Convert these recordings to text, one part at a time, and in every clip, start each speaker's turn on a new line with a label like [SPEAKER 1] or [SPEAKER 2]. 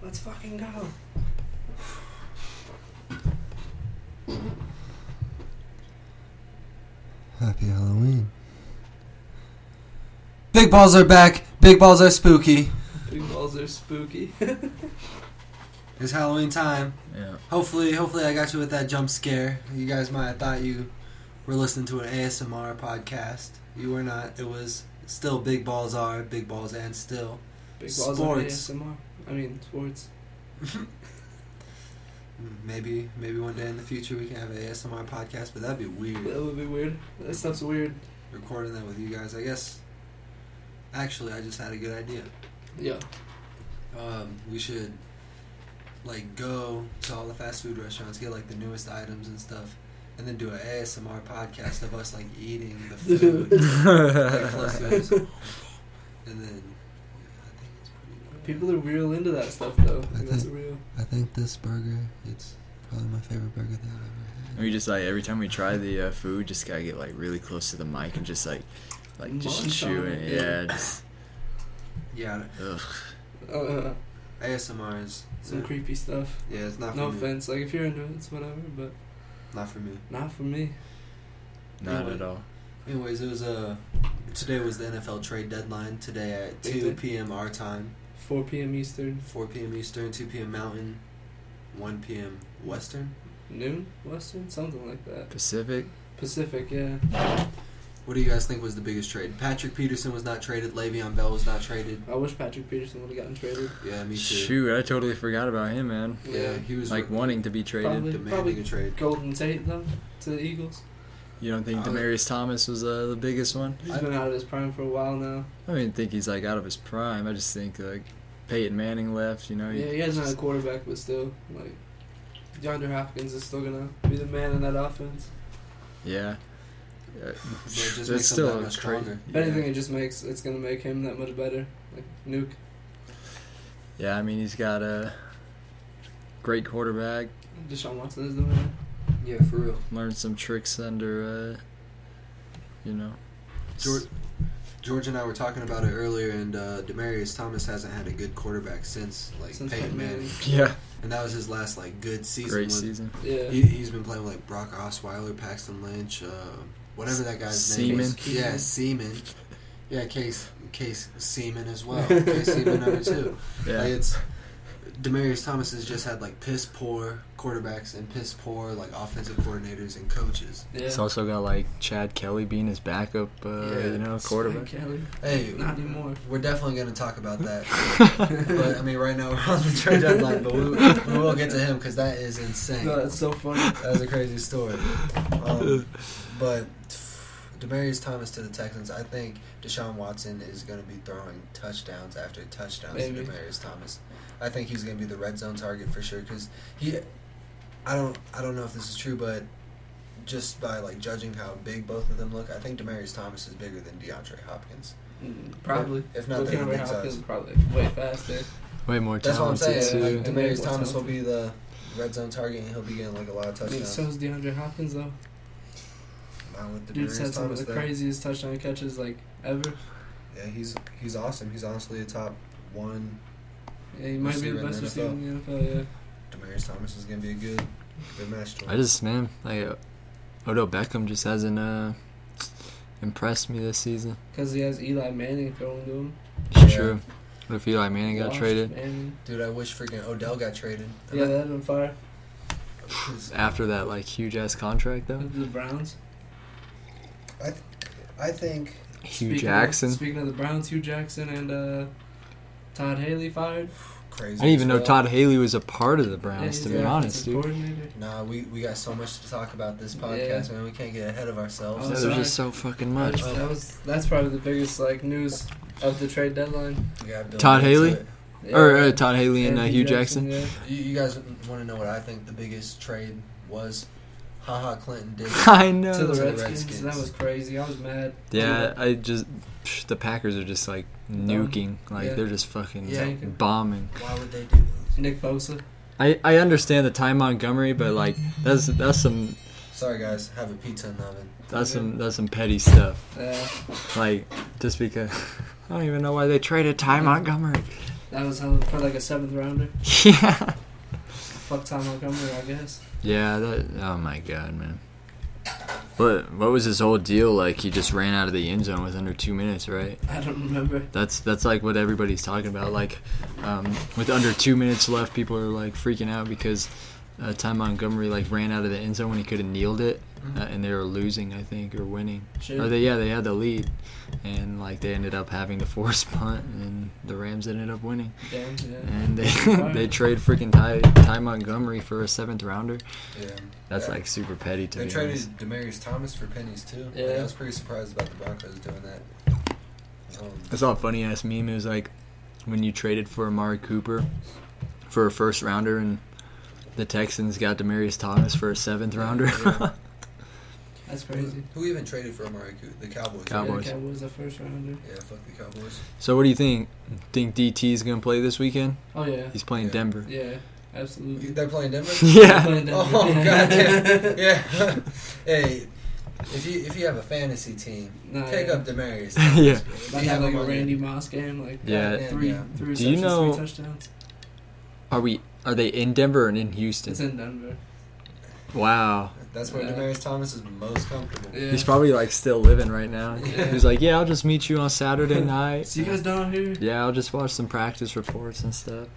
[SPEAKER 1] Let's fucking go.
[SPEAKER 2] Happy Halloween. Big balls are back. Big balls are spooky.
[SPEAKER 1] Big balls are spooky.
[SPEAKER 2] It's Halloween time.
[SPEAKER 3] Yeah.
[SPEAKER 2] Hopefully, hopefully I got you with that jump scare. You guys might have thought you were listening to an ASMR podcast. You were not. It was still big balls are big balls and still.
[SPEAKER 1] Big balls
[SPEAKER 2] Sports.
[SPEAKER 1] are ASMR. I mean, sports.
[SPEAKER 2] Maybe maybe one day in the future we can have an ASMR podcast, but that'd be weird.
[SPEAKER 1] That would be weird. That stuff's weird.
[SPEAKER 2] Recording that with you guys, I guess. Actually, I just had a good idea.
[SPEAKER 1] Yeah.
[SPEAKER 2] Um, we should like go to all the fast food restaurants, get like the newest items and stuff, and then do an ASMR podcast of us like eating the food. like, close to us. and then I think it's pretty
[SPEAKER 1] People are real into that stuff, though. I think that's
[SPEAKER 2] think-
[SPEAKER 1] real.
[SPEAKER 2] I think this burger, it's probably my favorite burger that I've
[SPEAKER 3] We just like every time we try the uh, food, just gotta get like really close to the mic and just like, like just
[SPEAKER 1] Munch on
[SPEAKER 3] chew
[SPEAKER 1] it,
[SPEAKER 3] it.
[SPEAKER 1] yeah.
[SPEAKER 3] Yeah. Just,
[SPEAKER 2] Yeah,
[SPEAKER 3] ugh.
[SPEAKER 1] Uh,
[SPEAKER 2] ASMR is
[SPEAKER 1] some creepy stuff.
[SPEAKER 2] Yeah, it's not for
[SPEAKER 1] No
[SPEAKER 2] me.
[SPEAKER 1] offense. Like, if you're into it, it's whatever, but
[SPEAKER 2] Not for me.
[SPEAKER 1] not for me.
[SPEAKER 3] Not
[SPEAKER 2] Anyway.
[SPEAKER 3] at all.
[SPEAKER 2] Anyways, it was uh, today was the NFL trade deadline today at
[SPEAKER 1] Big
[SPEAKER 2] two
[SPEAKER 1] day.
[SPEAKER 2] p.m. our time.
[SPEAKER 1] 4 p.m. Eastern,
[SPEAKER 2] 4 p.m. Eastern, 2 p.m. Mountain, 1 p.m. Western.
[SPEAKER 1] noon, Western, something like that.
[SPEAKER 3] Pacific.
[SPEAKER 1] Pacific, yeah.
[SPEAKER 2] What do you guys think was the biggest trade? Patrick Peterson was not traded. Le'Veon Bell was not traded.
[SPEAKER 1] I wish Patrick Peterson would have gotten traded.
[SPEAKER 2] Yeah, me too.
[SPEAKER 3] Shoot, I totally forgot about him, man.
[SPEAKER 2] Yeah, he was
[SPEAKER 3] Like wanting to be traded.
[SPEAKER 1] Probably-
[SPEAKER 2] demanding a trade.
[SPEAKER 1] Golden Tate, though, to the Eagles.
[SPEAKER 3] You don't think
[SPEAKER 2] I was-
[SPEAKER 3] Demarius Thomas was uh, the biggest one?
[SPEAKER 1] He's
[SPEAKER 2] I-
[SPEAKER 1] been out of his prime for a while now.
[SPEAKER 3] I don't even think he's like out of his prime. I just think like Peyton Manning left. You know.
[SPEAKER 1] Yeah, he has not a
[SPEAKER 3] just-
[SPEAKER 1] quarterback, but still, like, DeAndre Hopkins is still gonna be the man in that offense.
[SPEAKER 3] Yeah. Yeah.
[SPEAKER 2] But it just makes
[SPEAKER 3] That's
[SPEAKER 2] them that
[SPEAKER 3] still
[SPEAKER 2] much
[SPEAKER 3] crazy.
[SPEAKER 2] stronger.
[SPEAKER 1] If anything,
[SPEAKER 3] Yeah.
[SPEAKER 1] it just makes it's gonna make him that much better. Like Nuke,
[SPEAKER 3] yeah, I mean he's got a great quarterback.
[SPEAKER 1] Deshaun Watson is the man.
[SPEAKER 2] Yeah, for real.
[SPEAKER 3] Learned some tricks under, uh, you know.
[SPEAKER 2] George, George and I were talking about it earlier, and uh, Demarius Thomas hasn't had a good quarterback since like
[SPEAKER 1] Since
[SPEAKER 2] Peyton
[SPEAKER 1] Peyton
[SPEAKER 2] Manning.
[SPEAKER 1] Manning.
[SPEAKER 3] Yeah,
[SPEAKER 2] and that was his last like good season.
[SPEAKER 3] great
[SPEAKER 2] with-
[SPEAKER 3] season.
[SPEAKER 1] Yeah,
[SPEAKER 2] He, he's been playing with like Brock Osweiler, Paxton Lynch, uh, whatever that guy's name is.
[SPEAKER 1] Seaman.
[SPEAKER 2] Yeah, Seaman. Yeah, Case Case Seaman as well. Case Seaman number two. Like
[SPEAKER 3] Yeah,
[SPEAKER 2] it's Demarius Thomas has just had like piss poor quarterbacks and piss poor like offensive coordinators and coaches.
[SPEAKER 1] yeah.
[SPEAKER 3] he's also got like Chad Kelly being his backup, uh,
[SPEAKER 2] Yeah,
[SPEAKER 3] you know,
[SPEAKER 1] Spike
[SPEAKER 3] quarterback.
[SPEAKER 1] Kelly.
[SPEAKER 2] Hey,
[SPEAKER 1] Not anymore.
[SPEAKER 2] we're definitely going to talk about that. but, I mean, right now we're on the trade deadline, but we, we will get to him because that is insane.
[SPEAKER 1] No, that's so funny.
[SPEAKER 2] That was a crazy story. Um, but Demarius Thomas to the Texans. I think Deshaun Watson is going to be throwing touchdowns after touchdowns
[SPEAKER 1] Maybe.
[SPEAKER 2] to Demarius Thomas. I think he's going to be the red zone target for sure because he. I don't. I don't know if this is true, but just by like judging how big both of them look, I think Demarius Thomas is bigger than DeAndre Hopkins.
[SPEAKER 1] Mm, Probably.
[SPEAKER 2] If not,
[SPEAKER 1] Looking
[SPEAKER 2] then
[SPEAKER 1] over
[SPEAKER 2] big
[SPEAKER 1] Hopkins,
[SPEAKER 2] size.
[SPEAKER 1] probably way faster.
[SPEAKER 3] Way more
[SPEAKER 2] That's what I'm
[SPEAKER 3] talented
[SPEAKER 2] saying.
[SPEAKER 3] too.
[SPEAKER 2] Like,
[SPEAKER 1] too.
[SPEAKER 2] Demarius Thomas will be the red zone target, and he'll be getting like a lot of
[SPEAKER 1] I mean,
[SPEAKER 2] touchdowns.
[SPEAKER 1] so is DeAndre Hopkins though.
[SPEAKER 2] Not with
[SPEAKER 1] Dude's had
[SPEAKER 2] Demarius
[SPEAKER 1] some of
[SPEAKER 2] Thomas
[SPEAKER 1] the
[SPEAKER 2] though.
[SPEAKER 1] craziest touchdown catches like ever.
[SPEAKER 2] Yeah, he's he's awesome. He's honestly a top one.
[SPEAKER 1] Yeah, he might be
[SPEAKER 2] Receiver
[SPEAKER 1] the
[SPEAKER 2] in
[SPEAKER 1] best
[SPEAKER 2] the
[SPEAKER 1] receiver
[SPEAKER 2] NFL.
[SPEAKER 1] in the NFL. uh, Yeah.
[SPEAKER 2] Demarius Thomas is gonna be a good good match to him.
[SPEAKER 3] I just man, like uh, Odell Beckham just hasn't uh, impressed me this season.
[SPEAKER 1] Because he has Eli Manning throwing to him.
[SPEAKER 2] Yeah.
[SPEAKER 3] True. What if Eli Manning got
[SPEAKER 1] Washed
[SPEAKER 3] traded
[SPEAKER 1] Manning.
[SPEAKER 2] Dude, I wish freaking Odell got traded.
[SPEAKER 1] Yeah, that'd been fire.
[SPEAKER 3] after that like huge ass contract though?
[SPEAKER 1] The Browns.
[SPEAKER 2] I think
[SPEAKER 3] Hugh
[SPEAKER 1] Speaking
[SPEAKER 3] Jackson.
[SPEAKER 1] Of, speaking of the Browns, Hugh Jackson and uh, Todd Haley fired.
[SPEAKER 2] crazy.
[SPEAKER 3] I didn't even
[SPEAKER 2] as
[SPEAKER 3] know
[SPEAKER 2] well.
[SPEAKER 3] Todd Haley was a part of the
[SPEAKER 1] Yeah,
[SPEAKER 3] Browns.
[SPEAKER 1] he's
[SPEAKER 3] to
[SPEAKER 1] the
[SPEAKER 3] be honest,
[SPEAKER 1] offensive
[SPEAKER 3] dude.
[SPEAKER 1] coordinator.
[SPEAKER 2] Nah, we we got so much to talk about this podcast, man. We can't get ahead of ourselves.
[SPEAKER 1] Oh,
[SPEAKER 3] There's
[SPEAKER 1] sorry.
[SPEAKER 3] just so fucking
[SPEAKER 1] That
[SPEAKER 3] much.
[SPEAKER 1] was- that was that's probably the biggest like news of the trade deadline.
[SPEAKER 2] We gotta build
[SPEAKER 3] Todd
[SPEAKER 2] into
[SPEAKER 3] Haley?
[SPEAKER 2] it.
[SPEAKER 1] Yeah.
[SPEAKER 3] Or uh, Todd Haley and, uh,
[SPEAKER 1] Anthony
[SPEAKER 3] Hugh Jackson.
[SPEAKER 2] You, you guys want to know what I think the biggest trade was? Haha, Clinton did.
[SPEAKER 3] I
[SPEAKER 1] yeah.
[SPEAKER 3] know.
[SPEAKER 1] To
[SPEAKER 2] To
[SPEAKER 1] the
[SPEAKER 2] the
[SPEAKER 1] Redskins,
[SPEAKER 2] Redskins.
[SPEAKER 1] that was crazy. I was mad.
[SPEAKER 3] yeah, I just psh, the Packers are just like nuking, like
[SPEAKER 1] yeah.
[SPEAKER 3] they're just fucking
[SPEAKER 1] Yeah.
[SPEAKER 3] bombing.
[SPEAKER 2] Why would they do this?
[SPEAKER 1] Nick Bosa.
[SPEAKER 3] I, I understand the time Montgomery, but like that's that's some
[SPEAKER 2] Sorry guys, have a pizza in the oven.
[SPEAKER 3] that's some that's some petty stuff.
[SPEAKER 1] Yeah.
[SPEAKER 3] Like just because I don't even know why they traded Ty Montgomery.
[SPEAKER 1] That was hella for like a seventh rounder.
[SPEAKER 3] yeah.
[SPEAKER 1] Fuck Tom Montgomery, I guess.
[SPEAKER 3] Yeah, that. Oh my god, man. What what was his whole deal like? He just ran out of the end zone with under two minutes, right?
[SPEAKER 1] I don't remember.
[SPEAKER 3] That's that's like what everybody's talking about. Like, um, with under two minutes left, people are like freaking out because uh, Ty Montgomery like ran out of the end zone when he could have kneeled it,
[SPEAKER 2] Mm-hmm.
[SPEAKER 3] uh, and they were losing, I think, or winning.
[SPEAKER 1] Shit.
[SPEAKER 3] Or they yeah, they had the lead, and like they ended up having the force punt, and the Rams ended up winning.
[SPEAKER 1] Damn, yeah.
[SPEAKER 3] And they they trade freaking Ty, Ty Montgomery for a seventh rounder.
[SPEAKER 2] Yeah.
[SPEAKER 3] That's
[SPEAKER 2] Yeah.
[SPEAKER 3] like super petty to
[SPEAKER 2] They
[SPEAKER 3] me.
[SPEAKER 2] traded Demarius Thomas for pennies too. Like,
[SPEAKER 1] Yeah.
[SPEAKER 2] I was pretty surprised about the Broncos doing that. Um,
[SPEAKER 3] I saw a funny ass meme. It was like when you traded for Amari Cooper for a first rounder, and the Texans got Demarius Thomas for a seventh rounder.
[SPEAKER 2] Yeah.
[SPEAKER 1] That's
[SPEAKER 2] who,
[SPEAKER 1] crazy.
[SPEAKER 2] who even traded for Amari Cooper? The Cowboys. right?
[SPEAKER 3] Cowboys.
[SPEAKER 1] Yeah, Cowboys the first rounder.
[SPEAKER 2] Yeah, fuck the Cowboys.
[SPEAKER 3] so what do you think? Think DT is gonna play this weekend?
[SPEAKER 1] Oh yeah.
[SPEAKER 3] He's playing
[SPEAKER 2] Yeah.
[SPEAKER 3] Denver.
[SPEAKER 1] Yeah, absolutely.
[SPEAKER 2] They're playing Denver.
[SPEAKER 3] Yeah.
[SPEAKER 1] Playing Denver.
[SPEAKER 2] oh goddamn! Yeah. hey, if you if you have a fantasy team,
[SPEAKER 1] Nah,
[SPEAKER 2] take
[SPEAKER 1] Oh, yeah.
[SPEAKER 2] up Demarius.
[SPEAKER 3] Yeah.
[SPEAKER 1] Like
[SPEAKER 2] You
[SPEAKER 1] have like
[SPEAKER 2] have him
[SPEAKER 1] a
[SPEAKER 2] on your-
[SPEAKER 1] Randy Moss game, like
[SPEAKER 3] Yeah.
[SPEAKER 1] goddamn, three,
[SPEAKER 2] Yeah.
[SPEAKER 1] three
[SPEAKER 3] Do you
[SPEAKER 1] receptions,
[SPEAKER 3] know-
[SPEAKER 1] three touchdowns.
[SPEAKER 3] Are we? Are they in Denver and in Houston?
[SPEAKER 1] It's in Denver.
[SPEAKER 3] Wow.
[SPEAKER 2] That's where
[SPEAKER 1] Yeah.
[SPEAKER 2] Demarius Thomas is most comfortable.
[SPEAKER 1] Yeah.
[SPEAKER 3] He's probably like still living right now.
[SPEAKER 2] Yeah.
[SPEAKER 3] He's like, yeah, I'll just meet you on Saturday night.
[SPEAKER 1] So you guys down here?
[SPEAKER 3] Yeah, I'll just watch some practice reports and stuff.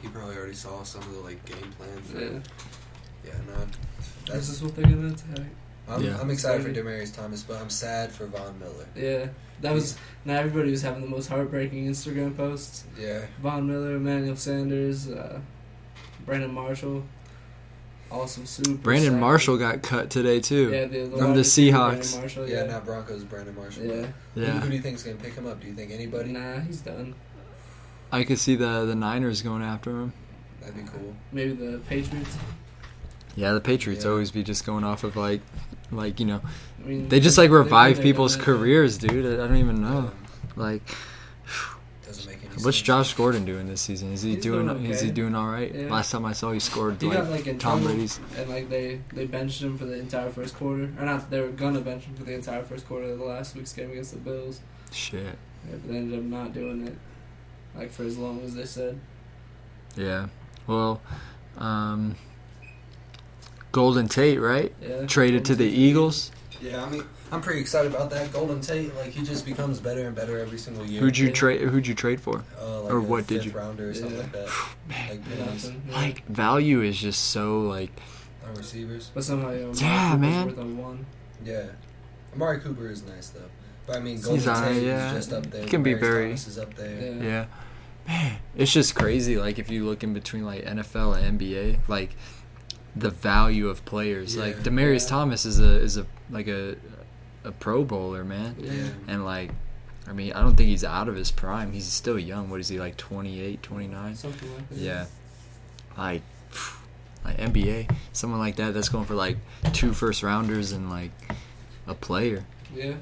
[SPEAKER 2] He probably already saw some of the like game plan. For,
[SPEAKER 1] Yeah.
[SPEAKER 2] Yeah, no.
[SPEAKER 1] This is
[SPEAKER 2] That's,
[SPEAKER 1] what they're gonna attack.
[SPEAKER 2] I'm,
[SPEAKER 3] Yeah.
[SPEAKER 2] I'm excited for Demarius Thomas, but I'm sad for Von Miller.
[SPEAKER 1] Yeah. That was now everybody was having the most heartbreaking Instagram posts.
[SPEAKER 2] Yeah.
[SPEAKER 1] Von Miller, Emmanuel Sanders, uh, Brandon Marshall, awesome super.
[SPEAKER 3] Brandon
[SPEAKER 1] sack.
[SPEAKER 3] Marshall got cut today too.
[SPEAKER 1] Yeah, the, the
[SPEAKER 3] From the
[SPEAKER 1] wide receiver,
[SPEAKER 3] Seahawks.
[SPEAKER 1] Brandon Marshall,
[SPEAKER 2] Yeah,
[SPEAKER 1] Oh, yeah,
[SPEAKER 2] not Broncos, Brandon Marshall.
[SPEAKER 1] yeah.
[SPEAKER 2] Who, who
[SPEAKER 3] Yeah,
[SPEAKER 2] do you think's going to pick him up? Do you think
[SPEAKER 1] But
[SPEAKER 2] anybody?
[SPEAKER 1] nah, he's done.
[SPEAKER 3] I could see the the Niners going after him.
[SPEAKER 2] That'd be cool.
[SPEAKER 1] Maybe the Patriots.
[SPEAKER 3] Yeah, the Patriots
[SPEAKER 2] Yeah.
[SPEAKER 3] always be just going off of like, like you know,
[SPEAKER 1] I mean,
[SPEAKER 3] they just like
[SPEAKER 1] they've
[SPEAKER 3] revive
[SPEAKER 1] done
[SPEAKER 3] people's
[SPEAKER 1] that.
[SPEAKER 3] careers, dude. I I don't even know.
[SPEAKER 2] Um,
[SPEAKER 3] Like,
[SPEAKER 2] doesn't make any sense.
[SPEAKER 3] what's Josh Gordon doing this season? Is he
[SPEAKER 1] He's
[SPEAKER 3] doing?
[SPEAKER 1] doing
[SPEAKER 3] Is
[SPEAKER 1] okay.
[SPEAKER 3] he doing all right?
[SPEAKER 1] Yeah.
[SPEAKER 3] Last time I saw, he scored
[SPEAKER 1] He got
[SPEAKER 3] like
[SPEAKER 1] like
[SPEAKER 3] Tom
[SPEAKER 1] internal
[SPEAKER 3] Brady's.
[SPEAKER 1] and like they they benched him for the entire first quarter, or not? They were gonna bench him for the entire first quarter of the last week's game against the Bills,
[SPEAKER 3] Shit.
[SPEAKER 1] yeah, but they ended up not doing it, like for as long as they said.
[SPEAKER 3] Yeah. Well, um, Golden Tate, right?
[SPEAKER 1] Yeah,
[SPEAKER 3] Traded to the Eagles.
[SPEAKER 2] Yeah, I mean, I'm pretty excited about that. Golden Tate, like, he just becomes better and better every single year.
[SPEAKER 3] Who'd you
[SPEAKER 1] Yeah.
[SPEAKER 3] trade? Who'd you trade for?
[SPEAKER 2] Uh, like
[SPEAKER 3] or
[SPEAKER 2] a
[SPEAKER 3] what did
[SPEAKER 2] fifth
[SPEAKER 3] you-
[SPEAKER 2] Rounder or something
[SPEAKER 1] Yeah.
[SPEAKER 2] like that. Like, pennies
[SPEAKER 1] Nothing. yeah.
[SPEAKER 3] Like value is just so like
[SPEAKER 2] on receivers.
[SPEAKER 1] but somehow you know,
[SPEAKER 3] Yeah,
[SPEAKER 1] Cooper's
[SPEAKER 3] man.
[SPEAKER 1] worth on one.
[SPEAKER 2] Yeah. Amari Cooper is nice, though. But, I mean,
[SPEAKER 3] He's
[SPEAKER 2] Golden Tate
[SPEAKER 3] alright, yeah.
[SPEAKER 2] is just up there.
[SPEAKER 3] He can be
[SPEAKER 2] Demarius
[SPEAKER 3] very-
[SPEAKER 2] Thomas is up there.
[SPEAKER 1] Yeah.
[SPEAKER 3] Yeah. Man, it's just crazy. Like, if you look in between, like, NFL and NBA, like, the value of players. Like,
[SPEAKER 2] Yeah.
[SPEAKER 3] Demarius
[SPEAKER 1] Yeah.
[SPEAKER 3] Thomas is a, is a, like, a, a pro bowler, man.
[SPEAKER 2] Yeah.
[SPEAKER 3] And, like, I mean, I don't think he's out of his prime. He's still young. What is he, like, 28, 29?
[SPEAKER 1] Something like that.
[SPEAKER 3] Yeah. Like, phew, like, NBA, someone like that, that's going for, like, two first rounders and, like, a player.
[SPEAKER 1] Yeah.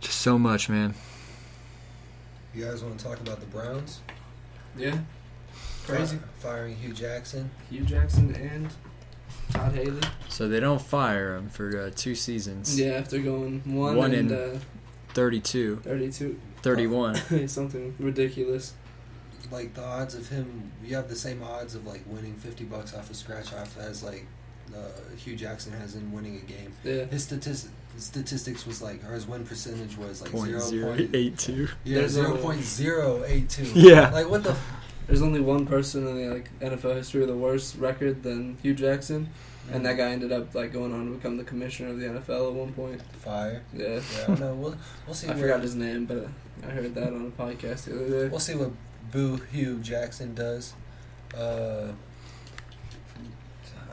[SPEAKER 3] Just so much, man.
[SPEAKER 2] You guys want to talk about the Browns?
[SPEAKER 1] Yeah. Crazy.
[SPEAKER 2] Fi- Firing Hugh Jackson.
[SPEAKER 1] Hugh Jackson and Todd Haley.
[SPEAKER 3] So they don't fire him for uh, two seasons.
[SPEAKER 1] Yeah, after going one,
[SPEAKER 3] One
[SPEAKER 1] and
[SPEAKER 3] and-
[SPEAKER 1] uh,
[SPEAKER 3] 32,
[SPEAKER 1] 32,
[SPEAKER 3] 31.
[SPEAKER 1] something ridiculous.
[SPEAKER 2] like the odds of him you have the same odds of like winning 50 bucks off a scratch off as like uh, Hugh Jackson has in winning a game.
[SPEAKER 1] Yeah.
[SPEAKER 2] His statistics statistics was like or his win percentage was like
[SPEAKER 3] Point zero
[SPEAKER 2] point-
[SPEAKER 3] eight two.
[SPEAKER 2] yeah,
[SPEAKER 1] There's no-
[SPEAKER 2] 0.082.
[SPEAKER 3] Yeah.
[SPEAKER 2] Like what the f-
[SPEAKER 1] There's only one person in the like NFL history with a worse record than Hugh Jackson, and
[SPEAKER 2] Mm.
[SPEAKER 1] that guy ended up like going on to become the commissioner of the NFL at one point.
[SPEAKER 2] fire.
[SPEAKER 1] Yeah.
[SPEAKER 2] Yeah, I don't know. We'll, we'll see
[SPEAKER 1] I
[SPEAKER 2] where,
[SPEAKER 1] forgot his name, but I heard that on a podcast the other day.
[SPEAKER 2] we'll see what boo Hugh Jackson does. Uh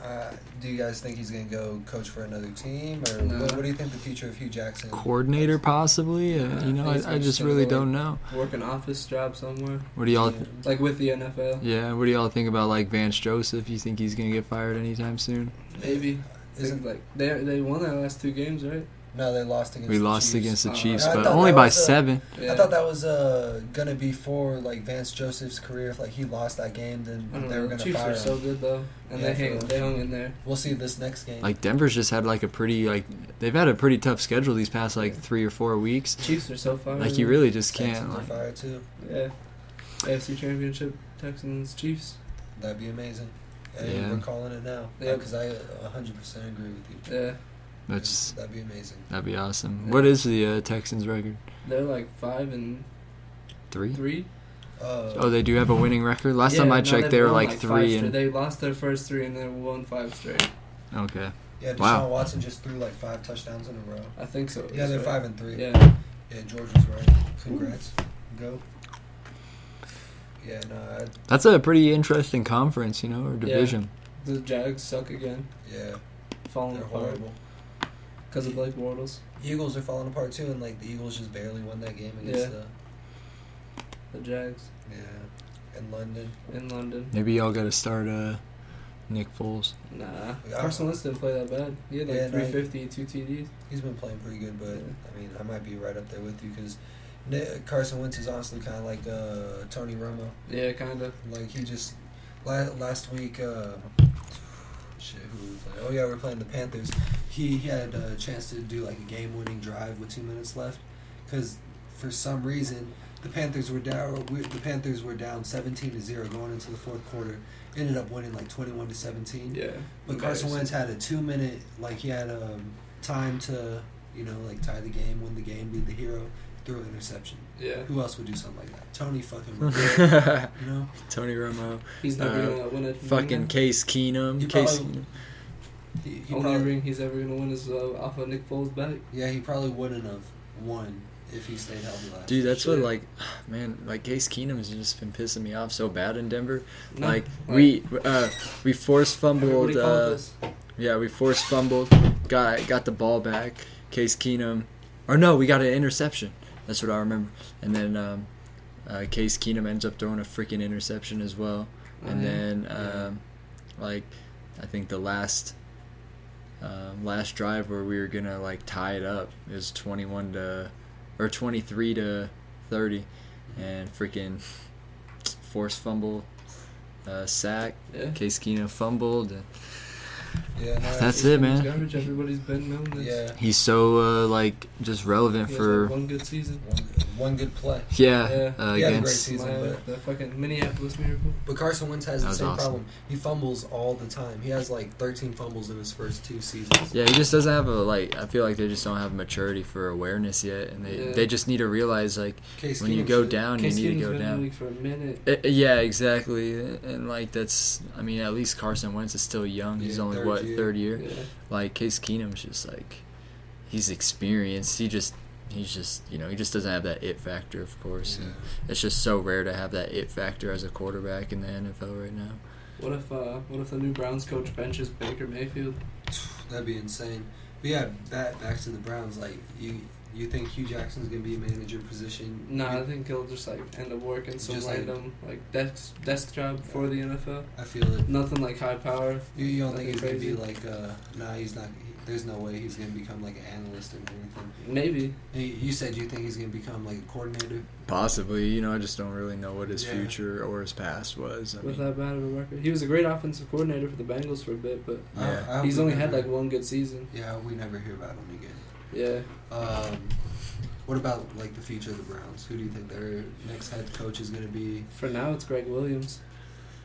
[SPEAKER 2] uh, do you guys think he's gonna go coach for another team, or
[SPEAKER 1] No.
[SPEAKER 2] what, what do you think the future of Hugh Jackson?
[SPEAKER 3] Coordinator, possibly. Uh,
[SPEAKER 1] Yeah,
[SPEAKER 3] you know,
[SPEAKER 2] I think
[SPEAKER 3] I, I
[SPEAKER 2] so.
[SPEAKER 3] just really don't know.
[SPEAKER 1] Work an office job somewhere,
[SPEAKER 3] What do y'all?
[SPEAKER 1] like with the NFL.
[SPEAKER 3] Yeah, what do y'all think about like Vance Joseph? You think he's gonna get fired anytime soon?
[SPEAKER 1] Maybe.
[SPEAKER 2] Isn't
[SPEAKER 1] Think, like they they won their last two games, right?
[SPEAKER 2] No, they lost against.
[SPEAKER 3] We
[SPEAKER 2] the
[SPEAKER 3] lost
[SPEAKER 2] Chiefs.
[SPEAKER 3] against the
[SPEAKER 1] Uh,
[SPEAKER 3] Chiefs,
[SPEAKER 1] I
[SPEAKER 3] but
[SPEAKER 2] thought
[SPEAKER 3] only
[SPEAKER 2] that
[SPEAKER 3] by
[SPEAKER 2] was a-
[SPEAKER 3] seven.
[SPEAKER 1] Yeah.
[SPEAKER 2] I thought that was uh, gonna be for like Vance Joseph's career. If like he lost that game, then
[SPEAKER 1] I don't
[SPEAKER 2] they
[SPEAKER 1] know.
[SPEAKER 2] were gonna
[SPEAKER 1] Chiefs
[SPEAKER 2] fire
[SPEAKER 1] are
[SPEAKER 2] him.
[SPEAKER 1] so good though, and
[SPEAKER 2] Yeah,
[SPEAKER 1] they hang,
[SPEAKER 2] for-
[SPEAKER 1] they hung in there.
[SPEAKER 2] We'll see this next game.
[SPEAKER 3] Like Denver's just had like a pretty like they've had a pretty tough schedule these past like three or four weeks.
[SPEAKER 1] Chiefs are so far.
[SPEAKER 3] Like you really just
[SPEAKER 2] Texans
[SPEAKER 3] can't.
[SPEAKER 2] are
[SPEAKER 3] Like,
[SPEAKER 2] fired too.
[SPEAKER 1] yeah. AFC Championship, Texans, Chiefs.
[SPEAKER 2] That'd be amazing. And
[SPEAKER 3] Yeah.
[SPEAKER 2] we're calling it now
[SPEAKER 1] Yeah.
[SPEAKER 2] because I uh, 100% agree with you.
[SPEAKER 1] Yeah,
[SPEAKER 3] that's
[SPEAKER 2] that'd be amazing.
[SPEAKER 3] that'd be awesome. What is the uh, Texans record?
[SPEAKER 1] they're like five and
[SPEAKER 3] Three.
[SPEAKER 1] three.
[SPEAKER 2] Uh,
[SPEAKER 3] Oh, they do have a winning record. Last
[SPEAKER 1] Yeah,
[SPEAKER 3] time I
[SPEAKER 1] no,
[SPEAKER 3] checked,
[SPEAKER 1] they've
[SPEAKER 3] they were
[SPEAKER 1] won,
[SPEAKER 3] like
[SPEAKER 1] five
[SPEAKER 3] three
[SPEAKER 1] straight.
[SPEAKER 3] and
[SPEAKER 1] They lost their first three and they won five straight.
[SPEAKER 3] okay.
[SPEAKER 2] yeah, Deshaun
[SPEAKER 3] wow.
[SPEAKER 2] Watson just threw like five touchdowns in a row.
[SPEAKER 1] I think so.
[SPEAKER 2] Yeah, they're
[SPEAKER 1] So-
[SPEAKER 2] five and three.
[SPEAKER 1] Yeah,
[SPEAKER 2] Yeah, George was right. Congrats. Go. Yeah, no, I,
[SPEAKER 3] That's a pretty interesting conference, you know, or division.
[SPEAKER 1] the Jags suck again,
[SPEAKER 2] yeah,
[SPEAKER 1] falling
[SPEAKER 2] they're
[SPEAKER 1] apart
[SPEAKER 2] horrible.
[SPEAKER 1] because of Blake Bortles.
[SPEAKER 2] Eagles are falling apart too, and like the Eagles just barely won that game against
[SPEAKER 1] Yeah.
[SPEAKER 2] the
[SPEAKER 1] The Jags
[SPEAKER 2] yeah, in London.
[SPEAKER 1] in London.
[SPEAKER 3] Maybe y'all got to start uh, Nick Foles.
[SPEAKER 1] Nah,
[SPEAKER 2] Yeah.
[SPEAKER 1] Carson Wentz didn't play that bad. He had like
[SPEAKER 2] Yeah, no, he-
[SPEAKER 1] 350, two TDs.
[SPEAKER 2] He's been playing pretty good, but
[SPEAKER 1] Yeah.
[SPEAKER 2] I mean, I might be right up there with you because Carson Wentz is honestly kind of like uh, Tony Romo.
[SPEAKER 1] Yeah, kind of.
[SPEAKER 2] Like he just la- last week. Uh, shit, who were we playing? Oh yeah, we are playing the Panthers. He had a chance to do like a game-winning drive with two minutes left, because for some reason the Panthers were down. We, the Panthers were down seventeen to zero going into the fourth quarter. Ended up winning like twenty-one to seventeen.
[SPEAKER 1] Yeah,
[SPEAKER 2] But Carson
[SPEAKER 1] Embarrassing.
[SPEAKER 2] Wentz had a two minute, like he had um, time to, you know, like tie the game, win the game, be the hero, throw an interception.
[SPEAKER 1] Yeah,
[SPEAKER 2] Who else would do something like that? Tony fucking, Romo,
[SPEAKER 3] Tony
[SPEAKER 2] you know,
[SPEAKER 3] Romo,
[SPEAKER 1] he's never
[SPEAKER 3] Uh,
[SPEAKER 1] gonna win it.
[SPEAKER 3] fucking Case Keenum,
[SPEAKER 2] You
[SPEAKER 3] Case.
[SPEAKER 2] probably-
[SPEAKER 3] Keenum.
[SPEAKER 2] he, he
[SPEAKER 1] only
[SPEAKER 2] probably,
[SPEAKER 1] ring he's ever gonna win is uh, off of Nick Foles' back.
[SPEAKER 2] yeah, he probably wouldn't have won if he stayed healthy last.
[SPEAKER 3] Dude, that's what
[SPEAKER 1] Shit.
[SPEAKER 3] like, man, like Case Keenum has just been pissing me off so bad in Denver.
[SPEAKER 1] No,
[SPEAKER 3] like we uh, we forced
[SPEAKER 1] everybody
[SPEAKER 3] fumbled.
[SPEAKER 1] called
[SPEAKER 3] Uh,
[SPEAKER 1] this.
[SPEAKER 3] yeah, we forced fumbled. Got got the ball back. Case Keenum, or no, we got an interception. That's what I remember. And then um, uh, Case Keenum ends up throwing a freaking interception as well. and
[SPEAKER 1] Uh,
[SPEAKER 3] then
[SPEAKER 2] Yeah.
[SPEAKER 3] um, like I think the last um, last drive where we were gonna like tie it up is twenty one to or twenty three to thirty, and freaking force fumble, uh, sack.
[SPEAKER 1] yeah.
[SPEAKER 3] Case Keenum fumbled. And
[SPEAKER 2] Yeah, no,
[SPEAKER 3] That's
[SPEAKER 1] He's
[SPEAKER 3] it,
[SPEAKER 1] garbage.
[SPEAKER 3] man.
[SPEAKER 1] Everybody's been known this.
[SPEAKER 2] Yeah,
[SPEAKER 3] He's so uh, like just relevant
[SPEAKER 1] He has, like,
[SPEAKER 3] for
[SPEAKER 1] one good season.
[SPEAKER 2] one, one good play.
[SPEAKER 3] yeah,
[SPEAKER 1] Yeah.
[SPEAKER 3] Uh,
[SPEAKER 2] He had a
[SPEAKER 3] against
[SPEAKER 2] Season,
[SPEAKER 1] My,
[SPEAKER 2] but-
[SPEAKER 1] the fucking Minneapolis Miracle.
[SPEAKER 2] But Carson Wentz has
[SPEAKER 3] That
[SPEAKER 2] the
[SPEAKER 3] was
[SPEAKER 2] same
[SPEAKER 3] awesome.
[SPEAKER 2] problem. He fumbles all the time. He has like 13 fumbles in his first two seasons.
[SPEAKER 3] Yeah, he just doesn't have a like. I feel like they just don't have maturity for awareness yet, and they
[SPEAKER 1] Yeah.
[SPEAKER 3] they just need to realize like
[SPEAKER 2] Case
[SPEAKER 3] when you
[SPEAKER 2] Keenum
[SPEAKER 3] go
[SPEAKER 2] should-
[SPEAKER 3] down,
[SPEAKER 1] Case
[SPEAKER 3] you need
[SPEAKER 1] Keenum's
[SPEAKER 3] to go
[SPEAKER 1] been in
[SPEAKER 3] down.
[SPEAKER 1] the league for a minute.
[SPEAKER 3] Uh, yeah, exactly. And like that's, I mean, at least Carson Wentz is still young. He's
[SPEAKER 2] Yeah,
[SPEAKER 3] only
[SPEAKER 2] third
[SPEAKER 3] what
[SPEAKER 2] year.
[SPEAKER 3] third year.
[SPEAKER 1] Yeah.
[SPEAKER 3] Like Case Keenum's just like, he's experienced. He just, he's just, you know, he just doesn't have that it factor, of course.
[SPEAKER 2] Yeah.
[SPEAKER 3] And it's just so rare to have that it factor as a quarterback in the NFL right now.
[SPEAKER 1] What if uh, what if the new Browns coach benches Baker Mayfield?
[SPEAKER 2] That'd be insane. But yeah, back back to the Browns. Like you, you think Hugh Jackson's gonna be a manager position?
[SPEAKER 1] No, I
[SPEAKER 2] You-
[SPEAKER 1] think he'll just like end up working some
[SPEAKER 2] Just like-
[SPEAKER 1] random like, desk desk job for the NFL.
[SPEAKER 2] I feel it.
[SPEAKER 1] Nothing like high power.
[SPEAKER 2] You, you don't
[SPEAKER 1] That'd
[SPEAKER 2] think
[SPEAKER 1] be
[SPEAKER 2] he's gonna be
[SPEAKER 1] crazy.
[SPEAKER 2] like? Uh, nah, he's not. he- there's no way he's gonna become like an analyst or anything.
[SPEAKER 1] Maybe.
[SPEAKER 2] You, you said you think he's gonna become like a coordinator.
[SPEAKER 3] Possibly, you know, I just don't really know what his
[SPEAKER 2] Yeah.
[SPEAKER 3] future or his past was. I
[SPEAKER 1] With
[SPEAKER 3] mean,
[SPEAKER 1] that bad of a record, he was a great offensive coordinator for the Bengals for a bit, but
[SPEAKER 2] I-
[SPEAKER 3] Yeah.
[SPEAKER 2] I hope
[SPEAKER 1] he's
[SPEAKER 2] we
[SPEAKER 1] only had
[SPEAKER 2] never-
[SPEAKER 1] like one good season.
[SPEAKER 2] Yeah, we never hear about him again.
[SPEAKER 1] Yeah,
[SPEAKER 2] Um, what about like the future of the Browns? Who do you think their next head coach is gonna be?
[SPEAKER 1] for now it's Greg Williams,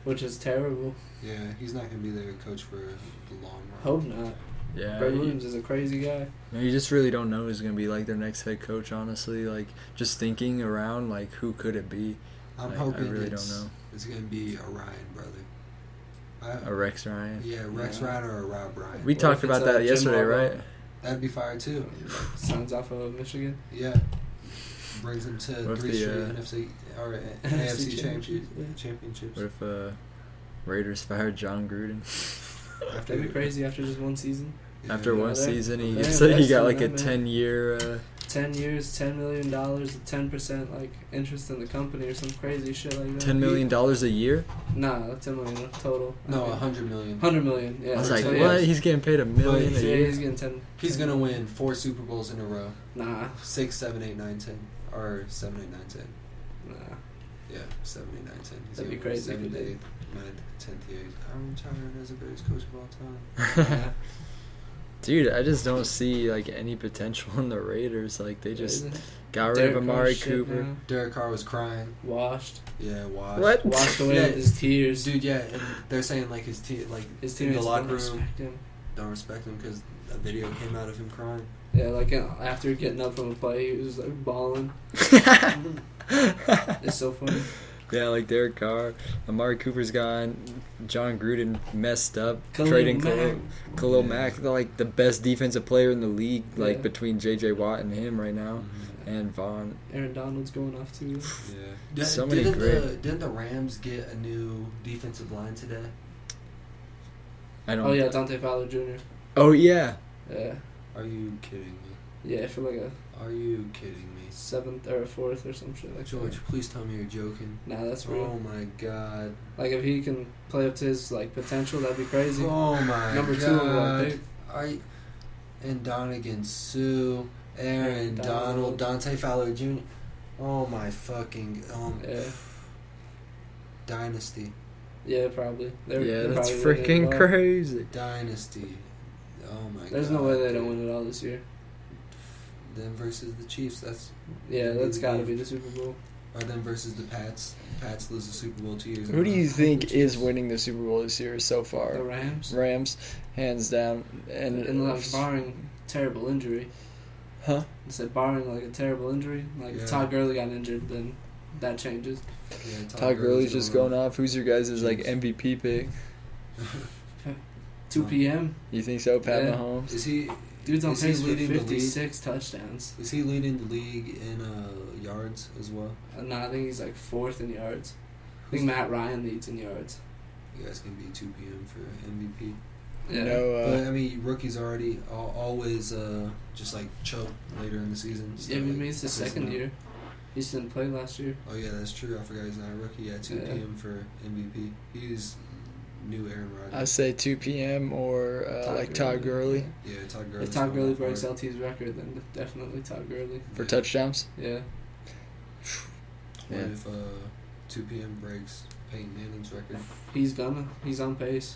[SPEAKER 1] which is terrible.
[SPEAKER 2] Yeah, he's not gonna be their coach for the long run.
[SPEAKER 1] Hope not.
[SPEAKER 3] yeah,
[SPEAKER 1] Greg
[SPEAKER 3] you-
[SPEAKER 1] Williams is a crazy guy.
[SPEAKER 3] No, you just really don't know who's gonna be like their next head coach. Honestly, like just thinking around, like who could it be?
[SPEAKER 2] I'm
[SPEAKER 3] I- I
[SPEAKER 2] hoping
[SPEAKER 3] really don't
[SPEAKER 2] it's,
[SPEAKER 3] know.
[SPEAKER 2] It's gonna be a Ryan brother. I,
[SPEAKER 3] A Uh, Rex Ryan.
[SPEAKER 2] yeah, Rex
[SPEAKER 1] Yeah.
[SPEAKER 2] Ryan or a Rob Ryan.
[SPEAKER 3] We
[SPEAKER 1] Or
[SPEAKER 3] talked
[SPEAKER 1] if it's,
[SPEAKER 3] about
[SPEAKER 1] uh,
[SPEAKER 3] that
[SPEAKER 1] Jim
[SPEAKER 3] yesterday,
[SPEAKER 1] Harbaugh.
[SPEAKER 3] right?
[SPEAKER 2] That'd be fire too.
[SPEAKER 1] Signs off of Michigan.
[SPEAKER 2] Yeah, brings him to
[SPEAKER 3] What if
[SPEAKER 2] three
[SPEAKER 3] the,
[SPEAKER 2] straight
[SPEAKER 3] uh,
[SPEAKER 2] NFC or uh,
[SPEAKER 1] NFC championships,
[SPEAKER 2] AFC championships.
[SPEAKER 1] yeah.
[SPEAKER 2] championships.
[SPEAKER 3] What if uh, Raiders fired John Gruden
[SPEAKER 1] That'd be crazy after just one season.
[SPEAKER 2] yeah.
[SPEAKER 3] after
[SPEAKER 1] Yeah,
[SPEAKER 3] one
[SPEAKER 1] they-
[SPEAKER 3] season? He
[SPEAKER 1] they
[SPEAKER 3] said he
[SPEAKER 1] invested
[SPEAKER 3] got
[SPEAKER 1] in
[SPEAKER 3] like a
[SPEAKER 1] him, man.
[SPEAKER 3] ten year uh,
[SPEAKER 1] ten years, ten million dollars, ten percent like interest in the company or some crazy shit like that.
[SPEAKER 3] Ten million dollars a year?
[SPEAKER 1] Nah, ten million total.
[SPEAKER 2] No, a hundred million.
[SPEAKER 1] Hundred million. Yeah.
[SPEAKER 3] I was
[SPEAKER 2] for
[SPEAKER 3] like,
[SPEAKER 1] so,
[SPEAKER 2] ten
[SPEAKER 3] what?
[SPEAKER 2] years.
[SPEAKER 3] He's getting paid a million
[SPEAKER 1] Yeah,
[SPEAKER 3] a
[SPEAKER 2] But
[SPEAKER 1] yeah, he's
[SPEAKER 3] year.
[SPEAKER 1] getting ten.
[SPEAKER 2] He's gonna win four Super Bowls in a row.
[SPEAKER 1] Nah,
[SPEAKER 2] Six, seven, eight, nine, ten, or seven, eight, nine, ten.
[SPEAKER 1] nah.
[SPEAKER 2] Yeah, seven, eight, nine, ten. He's
[SPEAKER 1] That'd be
[SPEAKER 2] gonna win
[SPEAKER 1] crazy if he
[SPEAKER 2] Seventh,
[SPEAKER 1] did.
[SPEAKER 2] eighth, ninth, tenth, years. I'm retiring as the greatest coach of all time.
[SPEAKER 1] nah.
[SPEAKER 3] Dude, I just don't see like any potential in the Raiders. Like they just got rid
[SPEAKER 1] Derek
[SPEAKER 3] of Amari
[SPEAKER 1] Carr's shit
[SPEAKER 3] Cooper.
[SPEAKER 1] now.
[SPEAKER 2] Derek Carr was crying.
[SPEAKER 1] Washed,
[SPEAKER 2] Yeah, watch.
[SPEAKER 3] What?
[SPEAKER 1] washed away with his tears.
[SPEAKER 2] Dude, yeah, and they're saying like his team, like
[SPEAKER 1] his
[SPEAKER 2] in the
[SPEAKER 1] teammates
[SPEAKER 2] locker
[SPEAKER 1] don't
[SPEAKER 2] room,
[SPEAKER 1] respect him.
[SPEAKER 2] don't respect him because a video came out of him crying.
[SPEAKER 1] Yeah, like you know, after getting up from a play, he was like bawling. It's so funny.
[SPEAKER 3] yeah, like Derek Carr, Amari Cooper's gone. John Gruden messed up
[SPEAKER 1] Khalil
[SPEAKER 3] trading
[SPEAKER 1] Mack.
[SPEAKER 3] Khalil, Khalil
[SPEAKER 2] Yeah.
[SPEAKER 3] Mack, the, like the best defensive player in the league, like
[SPEAKER 1] Yeah.
[SPEAKER 3] between J.J. Watt and him right
[SPEAKER 1] Oh.
[SPEAKER 3] now, and Vaughn.
[SPEAKER 1] Aaron Donald's going off too.
[SPEAKER 2] Yeah.
[SPEAKER 3] So
[SPEAKER 2] didn't
[SPEAKER 3] many
[SPEAKER 2] the
[SPEAKER 3] great-
[SPEAKER 2] didn't the Rams get a new defensive line today?
[SPEAKER 3] I don't.
[SPEAKER 1] Oh yeah, Dante Fowler Jr.
[SPEAKER 3] Oh yeah.
[SPEAKER 1] Yeah,
[SPEAKER 2] Are you kidding me?
[SPEAKER 1] yeah, for like a
[SPEAKER 2] Are you kidding me?
[SPEAKER 1] seventh or a fourth or some shit like
[SPEAKER 2] George,
[SPEAKER 1] that.
[SPEAKER 2] please tell me you're joking.
[SPEAKER 1] Nah, that's real.
[SPEAKER 2] Oh my god.
[SPEAKER 1] Like if he can play up to his like potential, that'd be crazy.
[SPEAKER 2] Oh my
[SPEAKER 1] Number
[SPEAKER 2] god.
[SPEAKER 1] two overall pick.
[SPEAKER 2] Are you, and Donegan Sue, Aaron
[SPEAKER 1] Aaron Donald.
[SPEAKER 2] Donald, Dante Fowler Jr. Oh my fucking um,
[SPEAKER 1] Yeah,
[SPEAKER 2] dynasty,
[SPEAKER 1] yeah, probably. They're,
[SPEAKER 3] yeah,
[SPEAKER 1] they're
[SPEAKER 3] that's
[SPEAKER 1] probably winning it
[SPEAKER 3] freaking
[SPEAKER 1] all.
[SPEAKER 3] crazy.
[SPEAKER 2] dynasty. Oh my god.
[SPEAKER 1] There's no way they don't
[SPEAKER 2] dude.
[SPEAKER 1] win it all this year.
[SPEAKER 2] Them versus the Chiefs. That's
[SPEAKER 1] Yeah, that's gotta be the Super Bowl.
[SPEAKER 2] or them versus the Pats. Pats lose the Super Bowl two years. in a
[SPEAKER 3] Who do
[SPEAKER 2] row.
[SPEAKER 3] you think is winning the Super Bowl this year so
[SPEAKER 1] The
[SPEAKER 3] far?
[SPEAKER 1] Rams,
[SPEAKER 3] Rams, hands down. And
[SPEAKER 1] unless barring terrible injury.
[SPEAKER 3] Huh?
[SPEAKER 1] I said barring like a terrible injury, like
[SPEAKER 2] Yeah.
[SPEAKER 1] if Todd Gurley got injured, then that changes.
[SPEAKER 2] Yeah,
[SPEAKER 3] Todd Gurley's just going off. Who's your guys' like
[SPEAKER 2] Chiefs.
[SPEAKER 3] MVP pick?
[SPEAKER 1] Two
[SPEAKER 2] Wow.
[SPEAKER 1] p.m.
[SPEAKER 3] You think so, Pat
[SPEAKER 1] Yeah.
[SPEAKER 3] Mahomes?
[SPEAKER 2] Is he
[SPEAKER 1] Dude's on
[SPEAKER 2] Is he
[SPEAKER 1] pace for
[SPEAKER 2] leading the league?
[SPEAKER 1] fifty-six touchdowns.
[SPEAKER 2] is he leading the league in uh, yards as well?
[SPEAKER 1] Uh, No, I think he's like fourth in yards. I think Matt Ryan leads in yards.
[SPEAKER 2] You guys can be two PM for MVP.
[SPEAKER 1] Yeah.
[SPEAKER 3] No, uh,
[SPEAKER 2] But I mean, rookies already al- always uh, just like choke later in the season. So,
[SPEAKER 1] Yeah, I mean,
[SPEAKER 2] like,
[SPEAKER 1] it's the
[SPEAKER 2] doesn't
[SPEAKER 1] second
[SPEAKER 2] matter.
[SPEAKER 1] year. He just didn't play last year.
[SPEAKER 2] Oh yeah, that's true. I forgot he's not a rookie. Yeah, two
[SPEAKER 1] Yeah.
[SPEAKER 2] PM for MVP. He's new Aaron
[SPEAKER 3] I
[SPEAKER 2] Rodgers.
[SPEAKER 3] say 2 p.m. or uh,
[SPEAKER 1] Todd Gurley.
[SPEAKER 3] like Todd Gurley
[SPEAKER 2] yeah, Todd Gurley.
[SPEAKER 1] If Todd Gurley breaks LT's record, then definitely Todd Gurley.
[SPEAKER 3] for touchdowns.
[SPEAKER 1] Yeah.
[SPEAKER 2] What
[SPEAKER 3] Yeah.
[SPEAKER 2] if uh, two PM breaks Peyton Manning's record?
[SPEAKER 1] He's gonna. He's on pace,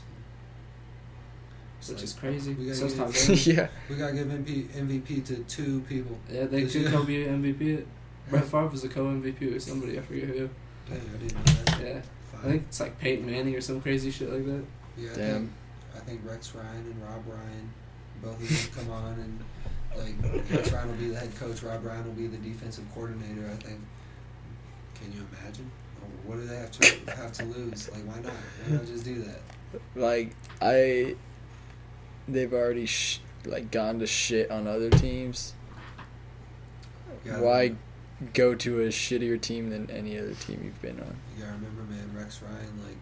[SPEAKER 2] It's
[SPEAKER 1] which
[SPEAKER 2] like,
[SPEAKER 1] is crazy.
[SPEAKER 2] we gotta
[SPEAKER 1] So's
[SPEAKER 2] get
[SPEAKER 1] Todd
[SPEAKER 2] his-
[SPEAKER 1] Gurley.
[SPEAKER 3] yeah.
[SPEAKER 2] We gotta give MP, MVP to two people.
[SPEAKER 1] yeah, they
[SPEAKER 2] Does
[SPEAKER 1] could
[SPEAKER 2] he-
[SPEAKER 1] Kobe MVP it. Brett Favre was a co-MVP with somebody. I forget who.
[SPEAKER 2] Dang, I didn't know that.
[SPEAKER 1] Yeah. I
[SPEAKER 2] Five.
[SPEAKER 1] think it's like Peyton Manning or some crazy shit like that.
[SPEAKER 2] Yeah, I
[SPEAKER 3] Damn.
[SPEAKER 2] Think, I think Rex Ryan and Rob Ryan, both of them come on and like Rex Ryan will be the head coach, Rob Ryan will be the defensive coordinator. I think. Can you imagine? What do they have to have to lose? Like, why not? Why not just do that?
[SPEAKER 3] Like I, they've already sh- like gone to shit on other teams.
[SPEAKER 2] You gotta-
[SPEAKER 3] Why go to a shittier team than any other team you've been on?
[SPEAKER 2] You gotta remember, man. Rex Ryan like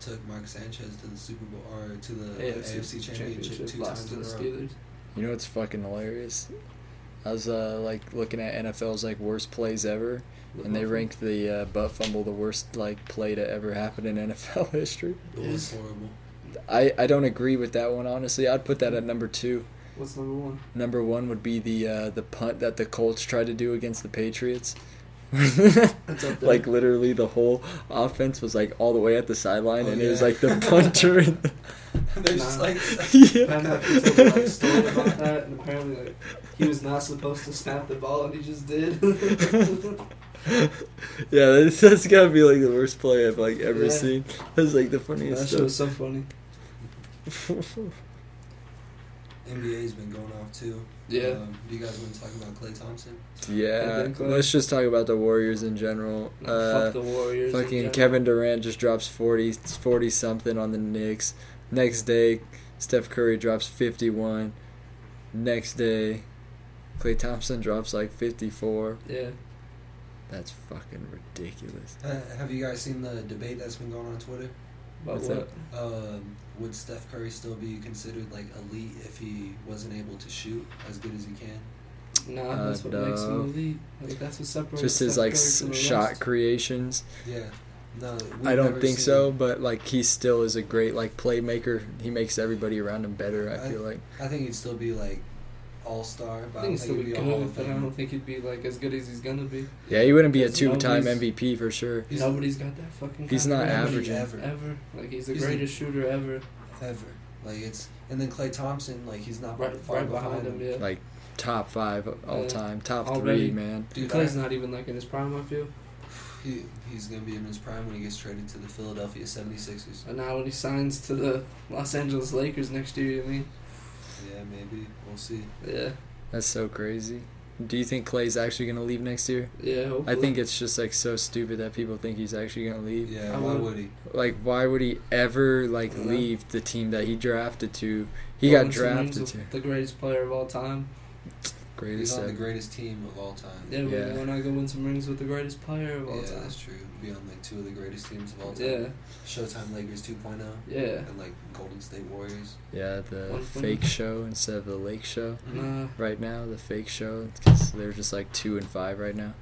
[SPEAKER 2] took Mark Sanchez to the Super Bowl or to the AFC, Championship, two
[SPEAKER 1] lost
[SPEAKER 2] times
[SPEAKER 1] to
[SPEAKER 2] in
[SPEAKER 1] the
[SPEAKER 2] a row.
[SPEAKER 1] Steelers.
[SPEAKER 3] You know what's fucking hilarious? I was uh, like looking at NFL's like worst plays ever, and they ranked the uh, butt fumble the worst like play to ever happen in NFL history.
[SPEAKER 2] It was horrible.
[SPEAKER 3] I, I don't agree with that one honestly. I'd put that at number two.
[SPEAKER 1] What's number one?
[SPEAKER 3] Number one would be the uh, the punt that the Colts tried to do against the Patriots. like literally the whole offense was like all the way at the sideline,
[SPEAKER 2] Oh,
[SPEAKER 3] and it was
[SPEAKER 2] yeah.
[SPEAKER 3] like the punter. And
[SPEAKER 2] They're just
[SPEAKER 1] Nah.
[SPEAKER 2] like,
[SPEAKER 1] Ben McAtee told a like, story about that, and apparently like, he was not supposed to snap the ball, and he just did.
[SPEAKER 3] yeah, that's, that's gotta be like the worst play I've like ever
[SPEAKER 1] Yeah.
[SPEAKER 3] seen. That's like the
[SPEAKER 1] that
[SPEAKER 3] funniest
[SPEAKER 1] shit was
[SPEAKER 3] stuff.
[SPEAKER 1] so funny.
[SPEAKER 2] NBA's been going off too.
[SPEAKER 1] Yeah.
[SPEAKER 3] Uh,
[SPEAKER 2] Um, do you guys want to talk about Clay Thompson?
[SPEAKER 3] yeah,
[SPEAKER 1] Good play.
[SPEAKER 3] let's just talk about the Warriors in general.
[SPEAKER 1] Nah,
[SPEAKER 3] Uh,
[SPEAKER 1] fuck the Warriors. in
[SPEAKER 3] Fucking
[SPEAKER 1] general.
[SPEAKER 3] Kevin Durant just drops 40, 40 something on the Knicks. Next day, Steph Curry drops 51. Next day, Klay Thompson drops like 54.
[SPEAKER 1] Yeah.
[SPEAKER 3] That's fucking ridiculous.
[SPEAKER 2] Uh, have you guys seen the debate that's been going on Twitter?
[SPEAKER 1] But
[SPEAKER 3] What's
[SPEAKER 1] what?
[SPEAKER 3] up?
[SPEAKER 2] Um, would Steph Curry still be considered like elite if he wasn't able to shoot as good as he can?
[SPEAKER 1] Nah,
[SPEAKER 3] Uh,
[SPEAKER 1] that's what makes him
[SPEAKER 3] no.
[SPEAKER 1] elite. Like that's what separates.
[SPEAKER 3] Just his
[SPEAKER 1] Steph
[SPEAKER 3] like
[SPEAKER 1] Curry
[SPEAKER 3] s-
[SPEAKER 1] from the
[SPEAKER 3] shot
[SPEAKER 1] rest.
[SPEAKER 3] creations.
[SPEAKER 2] Yeah. No, we've
[SPEAKER 3] I don't
[SPEAKER 2] never
[SPEAKER 3] think
[SPEAKER 2] seen-
[SPEAKER 3] so, but like he still is a great like playmaker. He makes everybody around him better. I
[SPEAKER 2] I-
[SPEAKER 3] feel like
[SPEAKER 2] I think he'd still be like all star.
[SPEAKER 1] I think he'd still be good, but I don't think he'd be like as good as he's gonna be.
[SPEAKER 3] yeah, he wouldn't be a
[SPEAKER 1] There's
[SPEAKER 3] two-time
[SPEAKER 1] nobody's-
[SPEAKER 3] MVP for sure.
[SPEAKER 2] He's-
[SPEAKER 1] Nobody's got that fucking.
[SPEAKER 3] he's not
[SPEAKER 1] confidence
[SPEAKER 3] averaging.
[SPEAKER 2] Ever.
[SPEAKER 1] ever. Like he's the
[SPEAKER 2] He's the-
[SPEAKER 1] greatest shooter ever.
[SPEAKER 2] Ever. Like it's and then Clay Thompson, like he's not
[SPEAKER 1] Right,
[SPEAKER 2] far
[SPEAKER 1] right behind him. Yeah.
[SPEAKER 3] Like, Top five of all
[SPEAKER 1] Yeah.
[SPEAKER 3] time, top
[SPEAKER 1] Already.
[SPEAKER 3] three, man.
[SPEAKER 1] Dude,
[SPEAKER 2] Dude,
[SPEAKER 1] Clay's
[SPEAKER 2] I-
[SPEAKER 1] not even like in his prime. I feel.
[SPEAKER 2] He, he's gonna be in his prime when he gets traded to the Philadelphia 76ers.
[SPEAKER 1] And now when he signs to the Los Angeles Lakers next year, you mean?
[SPEAKER 2] Yeah, maybe we'll see.
[SPEAKER 1] Yeah.
[SPEAKER 3] That's so crazy. Do you think Clay's actually gonna leave next year?
[SPEAKER 1] Yeah.
[SPEAKER 3] I
[SPEAKER 1] Hopefully.
[SPEAKER 3] think it's just like so stupid that people think he's actually gonna leave.
[SPEAKER 2] Yeah,
[SPEAKER 1] I
[SPEAKER 2] why
[SPEAKER 1] would-
[SPEAKER 2] would he?
[SPEAKER 3] Like, why would he ever like
[SPEAKER 1] Yeah.
[SPEAKER 3] leave the team that he drafted to? He
[SPEAKER 1] Golden
[SPEAKER 3] got
[SPEAKER 1] State
[SPEAKER 3] drafted
[SPEAKER 1] names
[SPEAKER 3] to
[SPEAKER 1] The greatest player of all time.
[SPEAKER 3] greatest.
[SPEAKER 2] He's on the
[SPEAKER 3] ever.
[SPEAKER 2] greatest team of all time.
[SPEAKER 1] Yeah,
[SPEAKER 3] Yeah.
[SPEAKER 1] yeah. we're not gonna win some rings with the greatest player of all
[SPEAKER 2] Yeah,
[SPEAKER 1] time.
[SPEAKER 2] that's true. Be on like two of the greatest teams of all time.
[SPEAKER 1] Yeah,
[SPEAKER 2] Showtime Lakers 2.0
[SPEAKER 1] yeah.
[SPEAKER 2] and like Golden State Warriors.
[SPEAKER 3] Yeah, the
[SPEAKER 1] One for
[SPEAKER 3] fake
[SPEAKER 1] me.
[SPEAKER 3] show instead of the lake show.
[SPEAKER 2] Mm-hmm.
[SPEAKER 1] Nah,
[SPEAKER 3] Right now, the fake show, because they're just like two and five right now.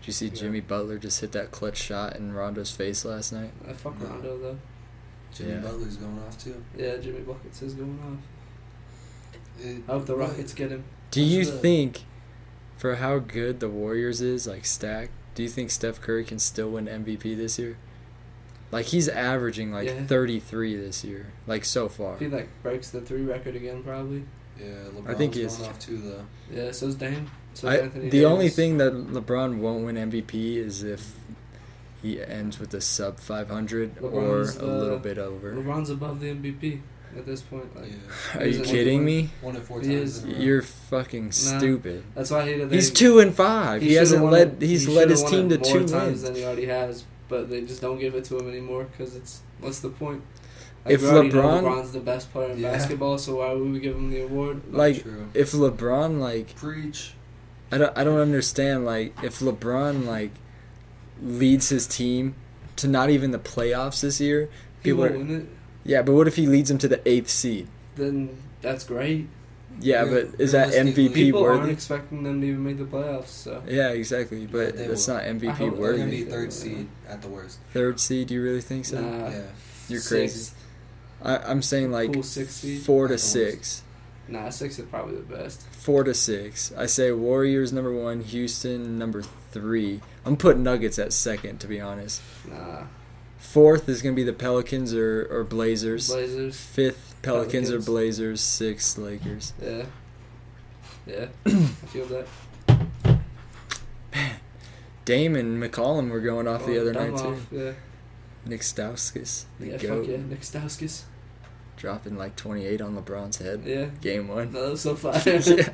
[SPEAKER 3] Did you see
[SPEAKER 2] Yeah.
[SPEAKER 3] Jimmy Butler just hit that clutch shot in Rondo's face last night?
[SPEAKER 1] I fuck
[SPEAKER 2] Nah.
[SPEAKER 1] Rondo though.
[SPEAKER 2] Jimmy
[SPEAKER 3] Yeah.
[SPEAKER 2] Butler's going off too.
[SPEAKER 1] Yeah, Jimmy Buckets is going off.
[SPEAKER 2] It-
[SPEAKER 1] I hope the
[SPEAKER 2] what-
[SPEAKER 1] Rockets get him.
[SPEAKER 3] Do
[SPEAKER 2] That's
[SPEAKER 3] you
[SPEAKER 2] the-
[SPEAKER 3] think, for how good the Warriors is, like stacked, do you think Steph Curry can still win MVP this year? Like he's averaging like
[SPEAKER 1] Yeah.
[SPEAKER 3] 33 this year, like so far.
[SPEAKER 1] If he like breaks the three record again, probably.
[SPEAKER 2] Yeah, LeBron's
[SPEAKER 3] I think he
[SPEAKER 2] going
[SPEAKER 3] is.
[SPEAKER 2] off too though.
[SPEAKER 1] Yeah, so's Dame. So
[SPEAKER 3] I,
[SPEAKER 1] Anthony.
[SPEAKER 3] the only
[SPEAKER 1] Davis.
[SPEAKER 3] thing that LeBron won't win MVP is if he ends with a sub 500
[SPEAKER 1] LeBron's
[SPEAKER 3] or a little
[SPEAKER 1] the-
[SPEAKER 3] bit over.
[SPEAKER 1] LeBron's above the MVP at this point. Like,
[SPEAKER 2] Yeah,
[SPEAKER 3] Are
[SPEAKER 1] He's
[SPEAKER 3] you
[SPEAKER 1] an
[SPEAKER 3] kidding
[SPEAKER 1] underwear.
[SPEAKER 3] me?
[SPEAKER 2] one at four
[SPEAKER 1] He
[SPEAKER 2] times.
[SPEAKER 1] is-
[SPEAKER 2] in a row.
[SPEAKER 3] Uh, You're fucking stupid.
[SPEAKER 1] That's why he. They,
[SPEAKER 3] He's two and five. He,
[SPEAKER 1] should've
[SPEAKER 3] hasn't
[SPEAKER 1] won
[SPEAKER 3] led.
[SPEAKER 1] it-
[SPEAKER 3] He's
[SPEAKER 1] he
[SPEAKER 3] led
[SPEAKER 1] should've
[SPEAKER 3] his
[SPEAKER 1] won
[SPEAKER 3] team
[SPEAKER 1] it
[SPEAKER 3] to two
[SPEAKER 1] more times
[SPEAKER 3] wins.
[SPEAKER 1] than he already has, but they just don't give it to him anymore because it's what's the point?
[SPEAKER 3] If
[SPEAKER 1] we already know
[SPEAKER 3] LeBron-
[SPEAKER 1] LeBron's the best player in
[SPEAKER 2] Yeah.
[SPEAKER 1] basketball, so why would we give him the award?
[SPEAKER 3] Like
[SPEAKER 2] True.
[SPEAKER 3] if LeBron like
[SPEAKER 2] preach.
[SPEAKER 3] I don't I don't understand like if LeBron like leads his team to not even the playoffs this year.
[SPEAKER 1] He
[SPEAKER 3] People
[SPEAKER 1] won't
[SPEAKER 3] are,
[SPEAKER 1] win it.
[SPEAKER 3] yeah, but what if he leads them to the eighth seed?
[SPEAKER 1] Then that's great.
[SPEAKER 3] Yeah,
[SPEAKER 2] Real-
[SPEAKER 3] but is that
[SPEAKER 2] realistically,
[SPEAKER 3] MVP
[SPEAKER 1] People aren't
[SPEAKER 3] worthy?
[SPEAKER 1] expecting them to even make the playoffs. So
[SPEAKER 3] Yeah, exactly. But
[SPEAKER 2] they
[SPEAKER 3] that's
[SPEAKER 2] will.
[SPEAKER 3] not
[SPEAKER 1] I hope
[SPEAKER 3] MVP
[SPEAKER 1] they're
[SPEAKER 2] We're gonna
[SPEAKER 3] worthy.
[SPEAKER 2] be third seed at the worst.
[SPEAKER 3] Third seed? Do you really think so?
[SPEAKER 1] nah,
[SPEAKER 2] yeah,
[SPEAKER 3] You're
[SPEAKER 1] six.
[SPEAKER 3] crazy. I, I'm saying like
[SPEAKER 1] Cool six seed.
[SPEAKER 3] four
[SPEAKER 2] At
[SPEAKER 3] to
[SPEAKER 2] the worst.
[SPEAKER 3] six.
[SPEAKER 1] Nah, six is probably the best.
[SPEAKER 3] Four to six. I say Warriors number one, Houston number three. I'm putting Nuggets at second, to be honest.
[SPEAKER 1] Nah,
[SPEAKER 3] Fourth is gonna be the Pelicans or, or Blazers.
[SPEAKER 1] Blazers.
[SPEAKER 3] Fifth Pelicans, or
[SPEAKER 1] Pelicans.
[SPEAKER 3] Blazers. Sixth Lakers.
[SPEAKER 1] Yeah, yeah. I feel that.
[SPEAKER 3] Dame and McCollum were going off the
[SPEAKER 1] Oh,
[SPEAKER 3] other
[SPEAKER 1] dumb
[SPEAKER 3] night too.
[SPEAKER 1] off, Yeah,
[SPEAKER 3] Nick Stauskas, the
[SPEAKER 1] yeah.
[SPEAKER 3] goat,
[SPEAKER 1] Fuck yeah, Nick Stauskas.
[SPEAKER 3] dropping like 28 on LeBron's head.
[SPEAKER 1] Yeah,
[SPEAKER 3] Game one.
[SPEAKER 1] no, that was so fire.
[SPEAKER 3] yeah.